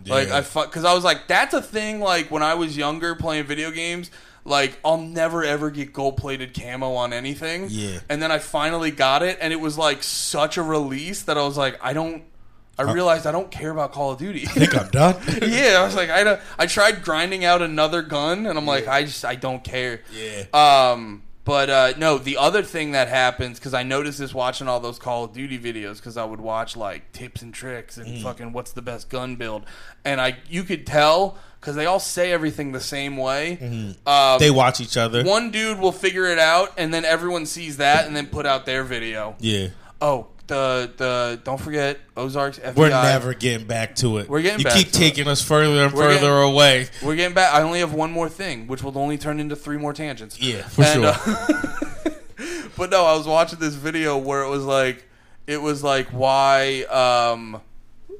Like Yeah. I fuck because I was like that's a thing. Like when I was younger playing video games. Like I'll never ever get gold plated camo on anything. Yeah. And then I finally got it, and it was like such a release that I was like, I don't. I realized I don't care about Call of Duty. (laughs) I think I'm done. yeah, I was like, I don't, I tried grinding out another gun, and I'm like, I just I don't care. Yeah. Um, but uh, no, the other thing that happens because I noticed this watching all those Call of Duty videos because I would watch like tips and tricks Mm. and fucking what's the best gun build, and I you could tell because they all say everything the same way. Mm-hmm. Um, they watch each other. one dude will figure it out, and then everyone sees that, and then put out their video. yeah. Oh, the the don't forget Ozarks FBI. We're never getting back to it. We're getting You back keep to taking us further and We're further away. We're getting back. I only have one more thing, which will only turn into three more tangents. Yeah, for sure. uh, but no, I was watching this video where it was like, it was like why um,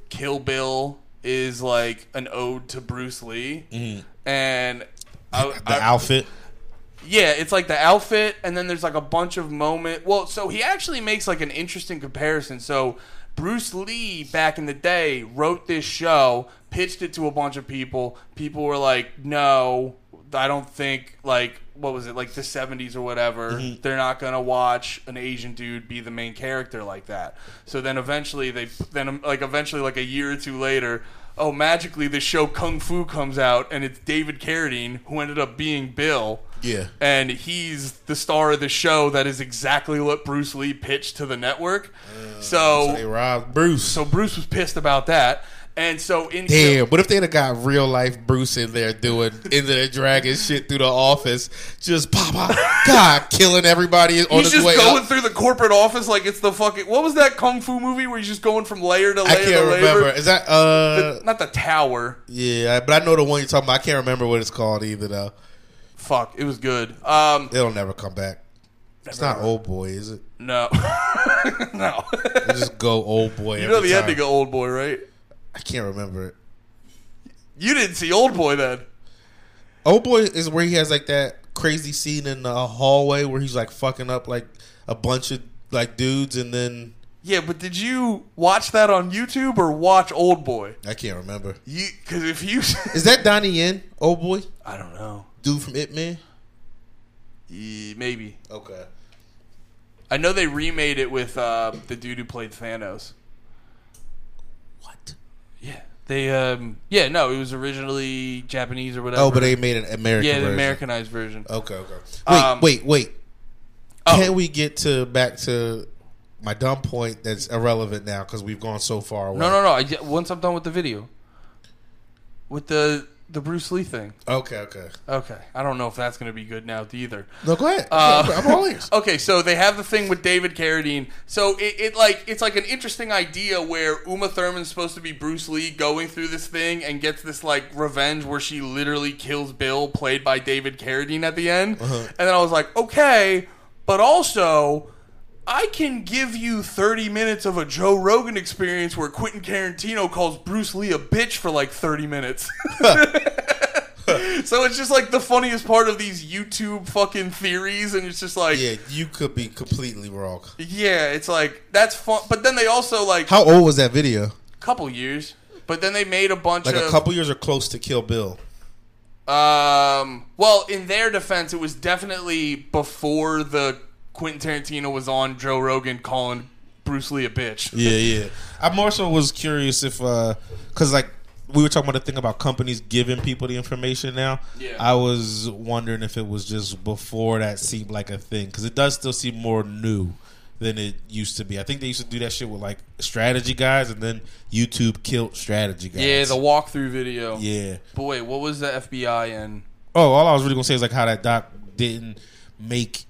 Kill Bill is like an ode to Bruce Lee, and I, Mm-hmm. The I- outfit. yeah, it's like the outfit, and then there's like a bunch of moment. Well, so he actually makes like an interesting comparison. So Bruce Lee back in the day wrote this show, pitched it to a bunch of people. People were like, "No, I don't think like what was it like the '70s or whatever. They're not gonna watch an Asian dude be the main character like that." So then eventually they then like eventually like a year or two later. Oh, magically, the show Kung Fu comes out, and it's David Carradine who ended up being Bill Yeah. and he's the star of the show that is exactly what Bruce Lee pitched to the network. Uh, They so robbed Bruce. so Bruce was pissed about that. And so in Damn, what if they'd have got real life Bruce in (laughs) there doing into the dragon shit through the office, just pop pop, God, killing everybody on he's his just way uh, going up. through the corporate office like it's the fucking what was that kung fu movie where he's just going from layer to layer I can't to layer? remember. Is (laughs) that uh Not the tower. yeah, but I know the one you're talking about. I can't remember what it's called either though. Fuck, it was good. Um It'll never come back. It's not old boy, is it? no. (laughs) no. You just (laughs) go old boy. you know the ending of Old Boy, right? I can't remember it. You didn't see Old Boy then. Old boy is where he has like that crazy scene in the hallway where he's like fucking up like a bunch of like dudes and then Yeah, but did you watch that on YouTube or watch Old Boy? I can't remember. You cuz if you (laughs) Is that Donnie Yen, old boy? I don't know. dude from It Man. Ye- Maybe. Okay. I know they remade it with uh, the dude who played Thanos. What? Yeah. They um yeah, no, it was originally Japanese or whatever. Oh, but they made an American. yeah, the version. Oh. Americanized version. Okay, okay. Wait, Um, wait, wait. Oh. Can we get to back to my dumb point that's irrelevant now because we've gone so far away? No, no, no. I, ju- once I'm done with the video. With the the Bruce Lee thing. Okay, okay. Okay. I don't know if that's going to be good now either. No, go ahead. Uh, I'm all (laughs) ears. Okay, so they have the thing with David Carradine. So it, it like it's like an interesting idea where Uma Thurman's supposed to be Bruce Lee going through this thing and gets this like revenge where she literally kills Bill, played by David Carradine at the end. And then I was like, okay, but also. I can give you 30 minutes of a Joe Rogan experience where Quentin Tarantino calls Bruce Lee a bitch for like 30 minutes. (laughs) so it's just like the funniest part of these YouTube fucking theories, and it's just like, Yeah, you could be completely wrong. yeah, it's like that's fun, but then they also like How old was that video? couple years, but then they made a bunch Like of a couple years or close to Kill Bill. um. Well, in their defense, it was definitely before the Quentin Tarantino was on Joe Rogan calling Bruce Lee a bitch. Yeah, yeah. I more so was curious if, because like we were talking about the thing about companies giving people the information now. Yeah. I was wondering if it was just before that seemed like a thing because it does still seem more new than it used to be. I think they used to do that shit with like strategy guys, and then YouTube killed strategy guys. Yeah, the walkthrough video. yeah. Boy, what was the FBI and Oh, all I was really gonna say is like how that doc didn't make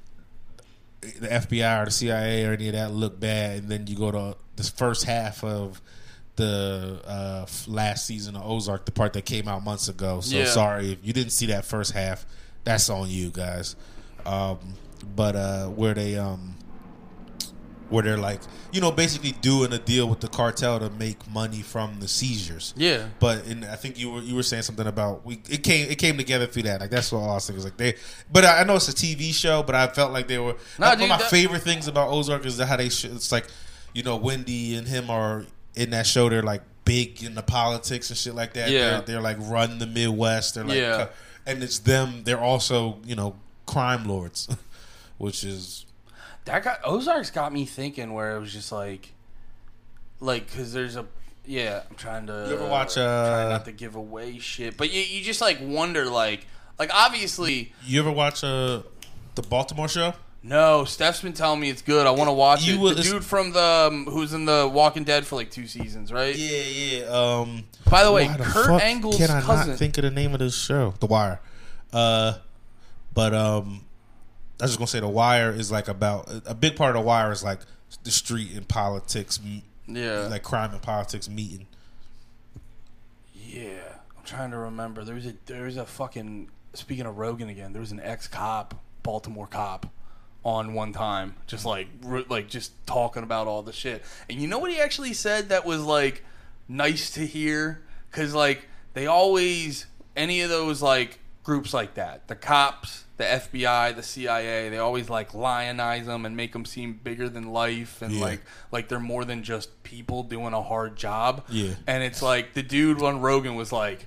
the FBI or the CIA or any of that look bad, and then you go to this first half of the uh, f- last season of Ozark, the part that came out months ago. So Yeah. sorry if you didn't see that first half. That's on you guys. Um, but uh, where they um, where they're like, you know, basically doing a deal with the cartel to make money from the seizures. Yeah. But and I think you were you were saying something about we it came it came together through that. Like that's what all I was thinking. It was like they, but I, I know it's a TV show, but I felt like they were. Nah, one dude, of my that- favorite things about Ozark is how they. Sh- it's like, you know, Wendy and him are in that show. They're like big in the politics and shit like that. Yeah. They're, they're like run the Midwest. They're like, Yeah. and it's them. They're also you know crime lords, (laughs) which is that got Ozarks got me thinking where it was just like, like because there's a yeah I'm trying to You ever watch, I'm trying uh, not to give away shit, but you, you just like wonder like like obviously You ever watch uh the Baltimore show? no Steph's been telling me it's good I want to watch You it will- the it's- dude from the um, who's in the Walking Dead for like two seasons right Yeah, yeah. Um by the way why the Kurt fuck Angle's can I cousin not think of the name of this show? The Wire. Uh but um I was just gonna say the Wire is like about a big part of the Wire is like the street and politics, m- yeah like crime and politics meeting. Yeah, I'm trying to remember. There was a there was a fucking speaking of Rogan again. There was an ex cop, Baltimore cop, on one time, just like ru- like just talking about all the shit. And you know what he actually said that was like nice to hear because like they always any of those like groups like that, the cops, the FBI, the CIA, they always like lionize them and make them seem bigger than life and Yeah. like like they're more than just people doing a hard job. Yeah. And it's like the dude on Rogan was like,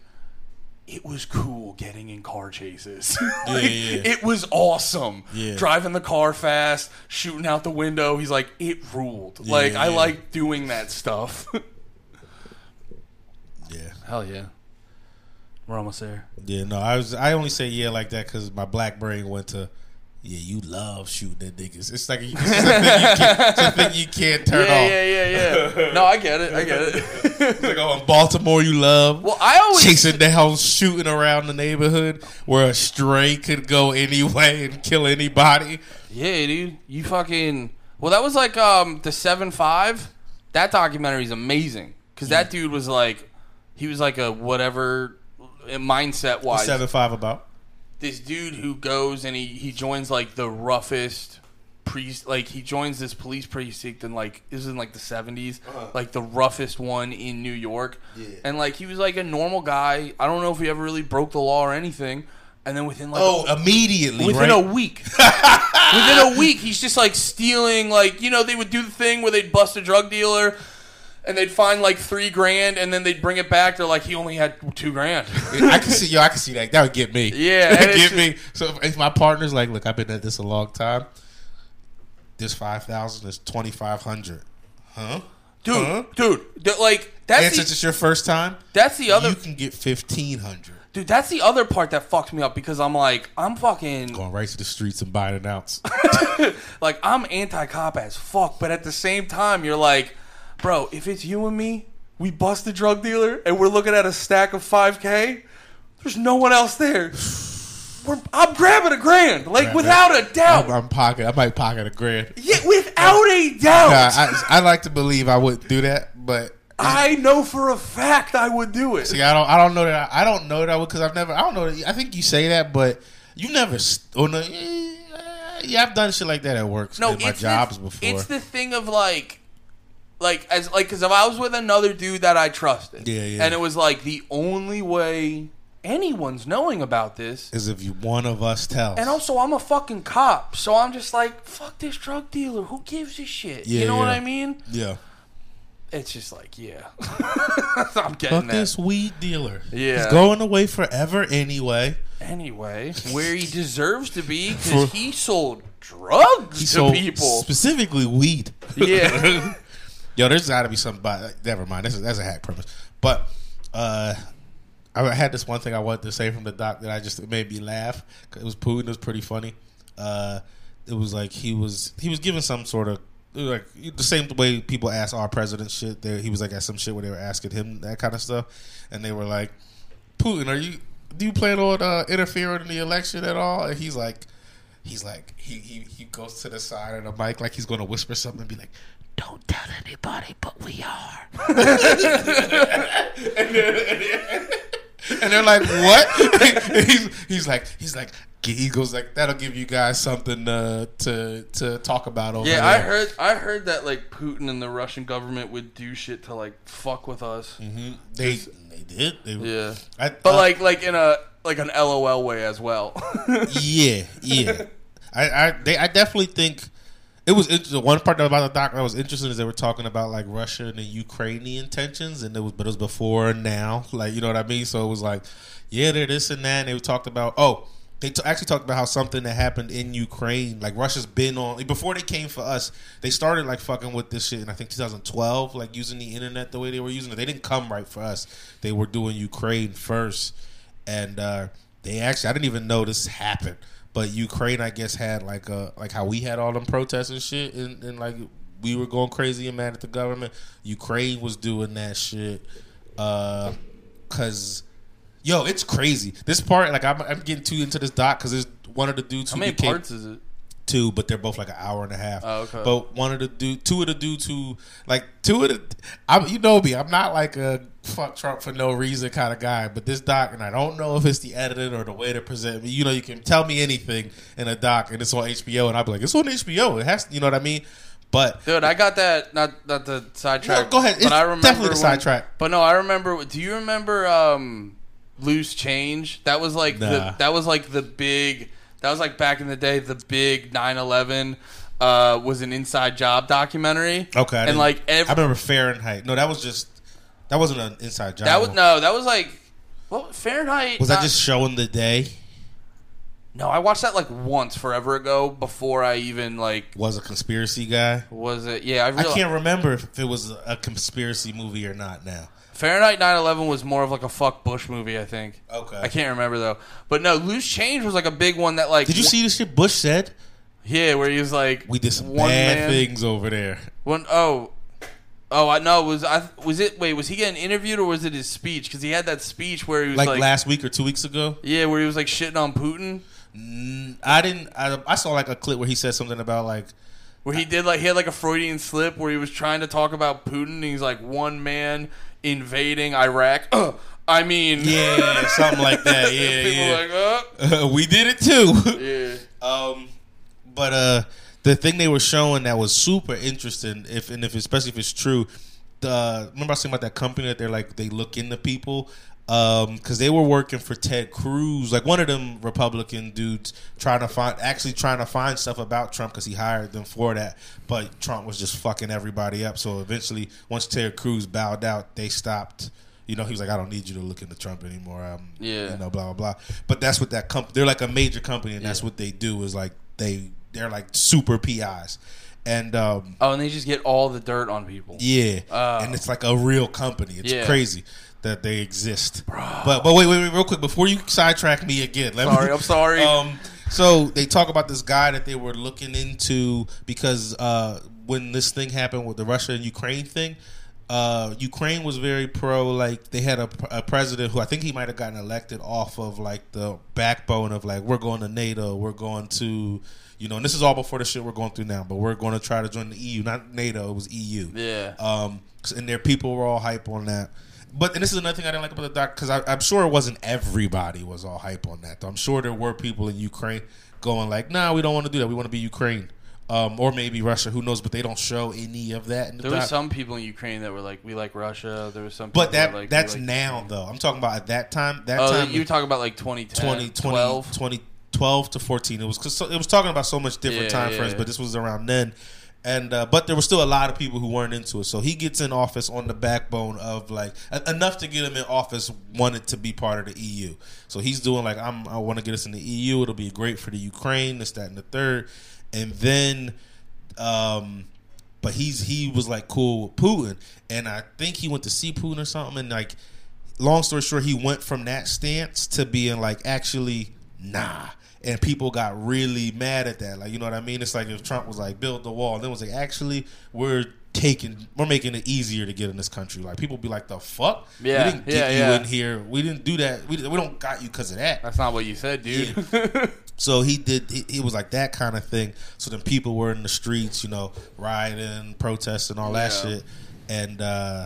it was cool getting in car chases. (laughs) Like, yeah, yeah. It was awesome. Yeah. Driving the car fast, shooting out the window. He's like, it ruled. like, I yeah. like doing that stuff. (laughs) Yeah. Hell yeah. We're almost there. Yeah, no, I was I only say yeah like that because my black brain went to yeah, you love shooting at niggas. It's like it's a thing you can't, it's a thing you can't turn Yeah, off. yeah, yeah, yeah. No, I get it. I get it. (laughs) It's like oh, in Baltimore you love. well, I (laughs) always chasing down, shooting around the neighborhood where a stray could go anyway and kill anybody. Yeah, dude. You fucking Well, that was like um the 7 5. That documentary is amazing cuz Mm. that dude was like he was like a whatever uh, mindset wise. Seven five about. this dude who goes and he, he joins like the roughest priest like he joins this police precinct and like this is in like the 70s Uh-huh. like the roughest one in new york and like he was like a normal guy i don't know if he ever really broke the law or anything and then within like Oh, immediately, Within right? a week. (laughs) Within a week, he's just like stealing. Like you know, they would do the thing where they'd bust a drug dealer, and they'd find like three grand, and then they'd bring it back. They're like, he only had two (laughs) grand. I can see, yo, I can see that. That would get me. Yeah, that and it's- get me. So if, if my partner's like, look, I've been at this a long time. This five thousand is twenty five hundred. Huh? Dude, Huh? dude, th- like that's and the, since it's your first time, that's the other you can get fifteen hundred. dude. That's the other part that fucks me up because I'm like, I'm fucking Going right to the streets and buying (laughs) an ounce. like I'm anti cop as fuck, but at the same time, you're like, bro, if it's you and me, we bust the drug dealer and we're looking at a stack of 5K, there's no one else there. We're, I'm grabbing a grand, like Grab it. without a doubt. I'm, I'm pocket. I might pocket a grand. yeah, without a doubt. Nah, I, I like to believe I wouldn't do that, but I know for a fact I would do it. See, I don't, I don't know that. I, I don't know that because I've never. I don't know. That, I think you say that, but you never. s- Oh no, eh, yeah, I've done shit like that at work. no, at my it's jobs the, before. It's the thing of like, like as like because if I was with another dude that I trusted, Yeah, yeah. and it was like the only way anyone's knowing about this Is if you one of us tells. And also, I'm a fucking cop, so I'm just like, fuck this drug dealer. Who gives a shit? Yeah, you know what yeah. I mean? yeah, It's just like, yeah, (laughs) I'm getting fuck that. this weed dealer. Yeah. he's going away forever anyway. Anyway, where he deserves to be because he sold drugs He to sold people. specifically weed. Yeah. Yo, there's got to be something. By, never mind. That's a, that's a hack premise. But uh, I had this one thing I wanted to say from the doc that I just it made me laugh. 'Cause It was Putin. It was pretty funny. Uh, it was like he was he was giving some sort of it was like the same way people ask our president shit. There, he was like at some shit where they were asking him that kind of stuff, and they were like, "Putin, are you do you plan on uh, interfering in the election at all?" And he's like. He's like he, he he goes to the side of the mic like he's gonna whisper something and be like, "Don't tell anybody, but we are." and, then, and, then, And they're like, "What?" (laughs) he's, he's like, he's like, he goes like, "That'll give you guys something uh, to to talk about over Yeah, there." I heard. I heard that like Putin and the Russian government would do shit to like fuck with us. Mhm. They they did. They, Yeah, I, uh, but I- like like in a like an LOL way as well. (laughs) yeah, yeah. I, I, they, I definitely think it was interesting. One part about the doc that was interesting is they were talking about like Russia and the Ukrainian tensions, and it was, but it was before and now, like you know what I mean. So it was like, yeah, they're this and that. And they talked about oh. They t- actually talked about how something that happened in Ukraine, like Russia's been on before they came for us. They started like fucking with this shit in I think 2012, like using the internet the way they were using it. They didn't come right for us. They were doing Ukraine first, and uh, they actually I didn't even know this happened. But Ukraine, I guess, had like a like how we had all them protests and shit, and, and like we were going crazy and mad at the government. Ukraine was doing that shit, uh, cause yo, it's crazy. This part, like, I'm, I'm getting too into this doc because there's one of the dudes How who many became parts is it? two, but they're both like an hour and a half. Oh, okay. But one of the dude, two of the dudes who like two of the, I'm you know me, I'm not like a fuck Trump for no reason kind of guy. But this doc, and I don't know if it's the editing or the way they present me. You know, you can tell me anything in a doc, and it's on HBO, and I'll be like, it's on HBO. It has, you know what I mean? But Dude, I got that. Not not the sidetrack. No, go ahead. It's definitely the when- sidetrack. But no, I remember. Do you remember um, loose change? That was like Nah. the that was like the big. That was like back in the day. The big 9-11 uh, was an inside job documentary. okay, I and didn't- like I every remember Fahrenheit. No, that was just that wasn't an inside job. that was no, that was like well Fahrenheit. Was not- that just showing the day? no? I watched that like once forever ago before I even like Was a conspiracy guy? was it. Yeah, I, I realized, can't remember if it was a conspiracy movie or not now. Fahrenheit 9/11 was more of like a fuck Bush movie. I think. Okay. I can't remember though. But no, loose change was like a big one that like. Did you see the shit Bush said? Yeah, where he was like, We did some one bad man- things over there. One oh, oh, I know. Was I was it? Wait, was he getting interviewed or was it his speech? Because he had that speech where he was Like, like, last week or two weeks ago, yeah, where he was like shitting on Putin. Mm, I didn't. I, I saw like a clip where he said something about like, Where he did like he had like a Freudian slip where he was trying to talk about Putin. and He's like one man invading Iraq. (clears throat) I mean, yeah, something like (laughs) that. (laughs) Yeah, people yeah. like, uh, (laughs) we did it too. yeah. Um, but uh, the thing they were showing that was super interesting, if and if especially if it's true, the remember I was saying about that company that they're like they look into people, um, because they were working for Ted Cruz, like one of them Republican dudes trying to find actually trying to find stuff about Trump because he hired them for that, but Trump was just fucking everybody up. So eventually, once Ted Cruz bowed out, they stopped. You know, he was like, "I don't need you to look into Trump anymore." Um, Yeah. you know, blah blah blah. But that's what that company. They're like a major company, and that's what they do is like they they're like super PIs, and um, Oh, and they just get all the dirt on people. yeah, Oh. and it's like a real company. It's Yeah. crazy that they exist. But but wait wait wait real quick before you sidetrack me again. Let Sorry, I'm sorry. (laughs) Um, so they talk about this guy that they were looking into because uh, when this thing happened with the Russia and Ukraine thing. Uh, Ukraine was very pro, like they had a, a president who I think he might have gotten elected off of like the backbone of like we're going to NATO, we're going to, you know, and this is all before the shit we're going through now, but we're going to try to join the EU, not NATO, it was E EU. Yeah. Um, and their people were all hype on that. But and this is another thing I didn't like about the doc because I'm sure it wasn't everybody was all hype on that. Though. I'm sure there were people in Ukraine going like, "Nah, we don't want to do that. We want to be Ukraine, um, or maybe Russia. Who knows?" But they don't show any of that in the There doc. were some people in Ukraine that were like, "We like Russia." There was some, people but that were like, "We that's like- now though. I'm talking about at that time. That Oh, time you were talking about like 2010, 20, 20, 12? 20 12 to 14 it was cause so, it was talking about so much different Yeah, time yeah, frames yeah. but this was around then and uh, but there were still a lot of people who weren't into it so he gets in office on the backbone of like e- enough to get him in office wanted to be part of the eu so he's doing like I'm, i want to get us in the eu it'll be great for the ukraine this that and the third and then um but he's he was like cool with Putin, and I think he went to see Putin or something. And like, long story short, he went from that stance to being like actually nah, and people got really mad at that. Like, you know what I mean? It's like if Trump was like build the wall, and then was like actually we're taking we're making it easier to get in this country. Like people be like the fuck, Yeah, we didn't get yeah, you yeah. in here, we didn't do that, we, we don't got you because of that. That's not what you said, (laughs) dude. So he did. He, he was like that kind of thing. So then people were in the streets, you know, rioting, protesting, all that Yeah. shit, and uh,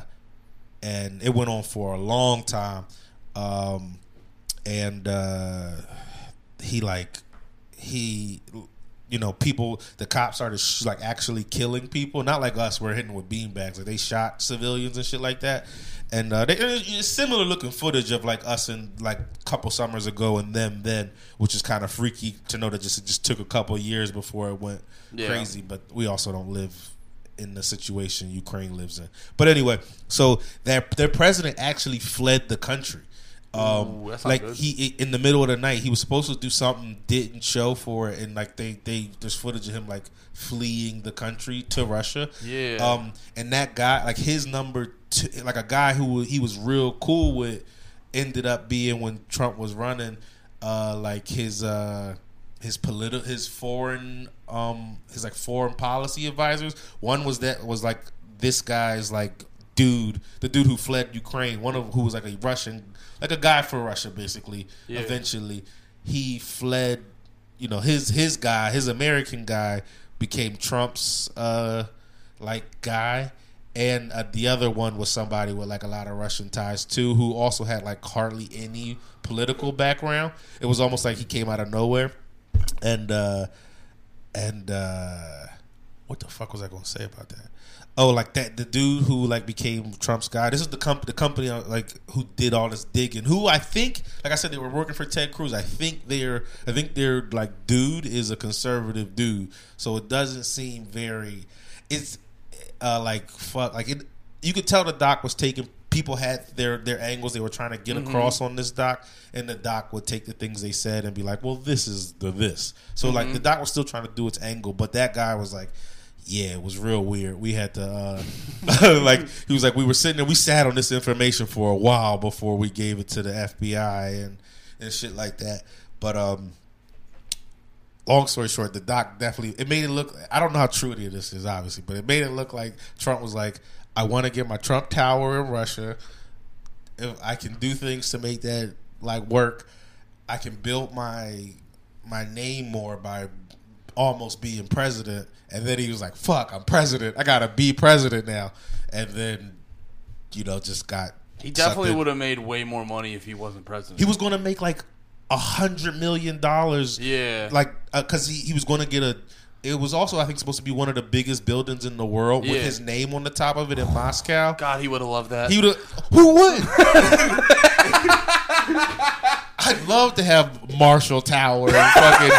and it went on for a long time. um, and uh, he like he you know people the cops started sh- like actually killing people not like us we're hitting with beanbags like they shot civilians and shit like that and uh they, it's it's similar looking footage of like us in like a couple summers ago and them then which is kind of freaky to know that just it just took a couple years before it went Yeah. crazy but we also don't live in the situation Ukraine lives in but anyway so their their president actually fled the country um Ooh, that's not like good. he he in the middle of the night he was supposed to do something didn't show for it and like they they there's footage of him like fleeing the country to russia Yeah. um and that guy like his number two like a guy who he was real cool with ended up being when trump was running uh like his uh his political his foreign um his like foreign policy advisors one was that was like this guy's like dude the dude who fled ukraine one of who was like a russian like a guy for russia basically Yeah. eventually he fled you know his his guy his american guy became trump's uh like guy and uh, the other one was somebody with like a lot of russian ties too who also had like hardly any political background it was almost like he came out of nowhere and uh and uh what the fuck was I gonna say about that? Oh, like that the dude who like became Trump's guy. This is the comp the company uh, like who did all this digging. Who I think, like I said, they were working for Ted Cruz. I think their I think their like dude is a conservative dude. So it doesn't seem very. It's uh, like fuck. Like it, you could tell the doc was taking. People had their their angles they were trying to get across on this doc, and the doc would take the things they said and be like, "Well, this is the this." So like the doc was still trying to do its angle, but that guy was like. Yeah, it was real weird. We had to uh (laughs) like he was like we were sitting there we sat on this information for a while before we gave it to the FBI and and shit like that. But um long story short, the doc definitely it made it look. I don't know how true any of this is, obviously, but it made it look like Trump was like, "I want to get my Trump Tower in Russia. If I can do things to make that like work, I can build my my name more by almost being president." And then he was like, "Fuck, I'm president. I gotta be president now." And then, you know, just got He definitely sucked in. would have made way more money if he wasn't president. He was going to make like a hundred million dollars yeah. like because he, he was going to get a it was also i think supposed to be one of the biggest buildings in the world Yeah. with his name on the top of it in moscow God, he would have loved that. he would who would (laughs) i'd love to have marshall tower in fucking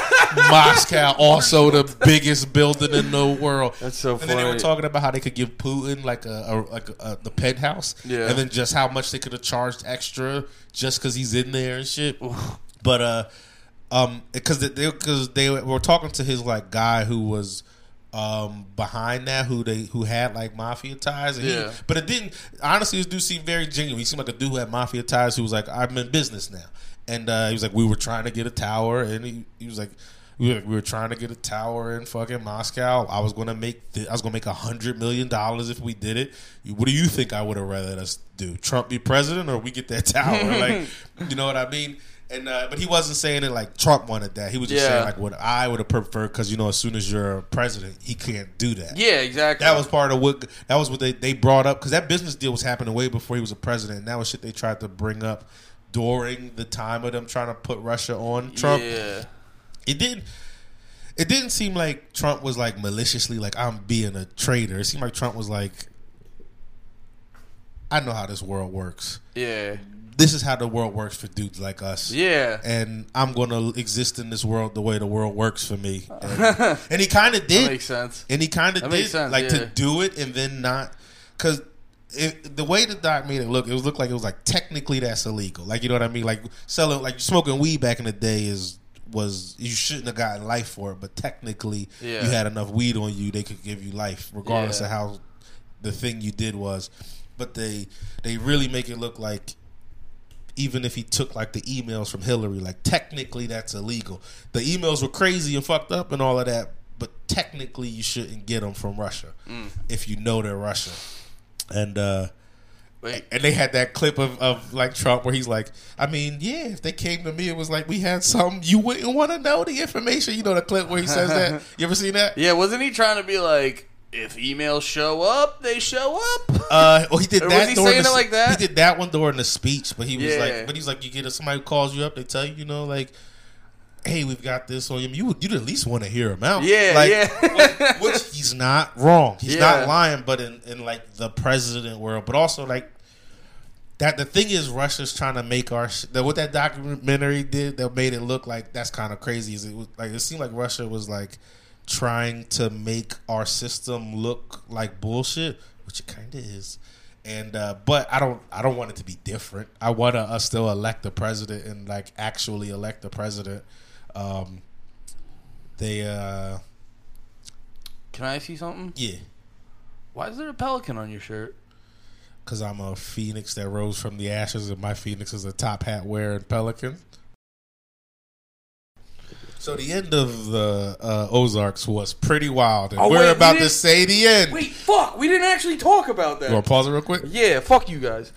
moscow also the biggest building in the world That's so and then they were funny. talking about how they could give Putin like a, a like a, the penthouse, Yeah. and then just how much they could have charged extra just because he's in there and shit. But uh, um, because they because they were talking to his like guy who was um behind that who they who had like mafia ties. And he- Yeah. but it didn't. Honestly, this dude seemed very genuine. He seemed like a dude who had mafia ties who was like, I'm in business now. And uh, he was like, we were trying to get a tower, and he, he was like. We were, we were trying to get a tower in fucking Moscow. I was gonna make th- I was gonna make a hundred million dollars if we did it. You- What do you think I would have rather us do? Trump be president or we get that tower? (laughs) like you know what I mean? And uh, but he wasn't saying it like Trump wanted that. He was just Yeah. saying like what I would have preferred because you know as soon as you're president, he can't do that. yeah, exactly. That was part of what that was what they, they brought up because that business deal was happening way before he was a president. And that was shit they tried to bring up during the time of them trying to put Russia on Trump. Yeah. It didn't. It didn't seem like Trump was like maliciously like I'm being a traitor. It seemed like Trump was like, I know how this world works. Yeah. This is how the world works for dudes like us Yeah. and I'm going to exist in this world the way the world works (laughs) for me. And, and he kind of did. Makes sense. And he kind of That did makes sense, like yeah. to do it and then not because. It, the way the doc made it look, it was looked like it was like technically that's illegal. Like you know what I mean? Like selling, like smoking weed back in the day is was you shouldn't have gotten life for it, but technically Yeah. you had enough weed on you, they could give you life regardless Yeah. of how the thing you did was. But they they really make it look like even if he took like the emails from Hillary, like technically that's illegal. The emails were crazy and fucked up and all of that, but technically you shouldn't get them from Russia if you know they're Russian. And uh Wait. and they had that clip of, of like Trump where he's like, I mean, yeah, if they came to me, it was like we had something you wouldn't want to know the information. You know the clip where he says that. You ever seen that? Yeah, wasn't he trying to be like if emails show up, they show up. Uh, well, he did Or was that. he during saying the, it like that? He did that one during the speech, but he was Yeah. like, but he's like, you get somebody who calls you up, they tell you, you know, like, hey, we've got this on him. You would, you'd at least want to hear him out. Yeah, like, yeah. which he's not wrong. He's Yeah. not lying, but in, in like the president world, but also like that. The thing is, Russia's trying to make our sh- that what that documentary did that made it look like that's kind of crazy. Is it was, like it seemed like Russia was like trying to make our system look like bullshit, which it kind of is. And uh, but I don't I don't want it to be different. I want to uh, still elect the president and like actually elect the president. Um, they uh Can I see something? yeah. Why is there a pelican on your shirt? Cause I'm a phoenix that rose from the ashes, and my phoenix is a top hat wearing pelican. So the end of the uh, Ozarks was pretty wild, and Oh, we're wait, we about to didn't- say the end. Wait, fuck! We didn't actually talk about that. You want to pause it real quick? Yeah, fuck you guys.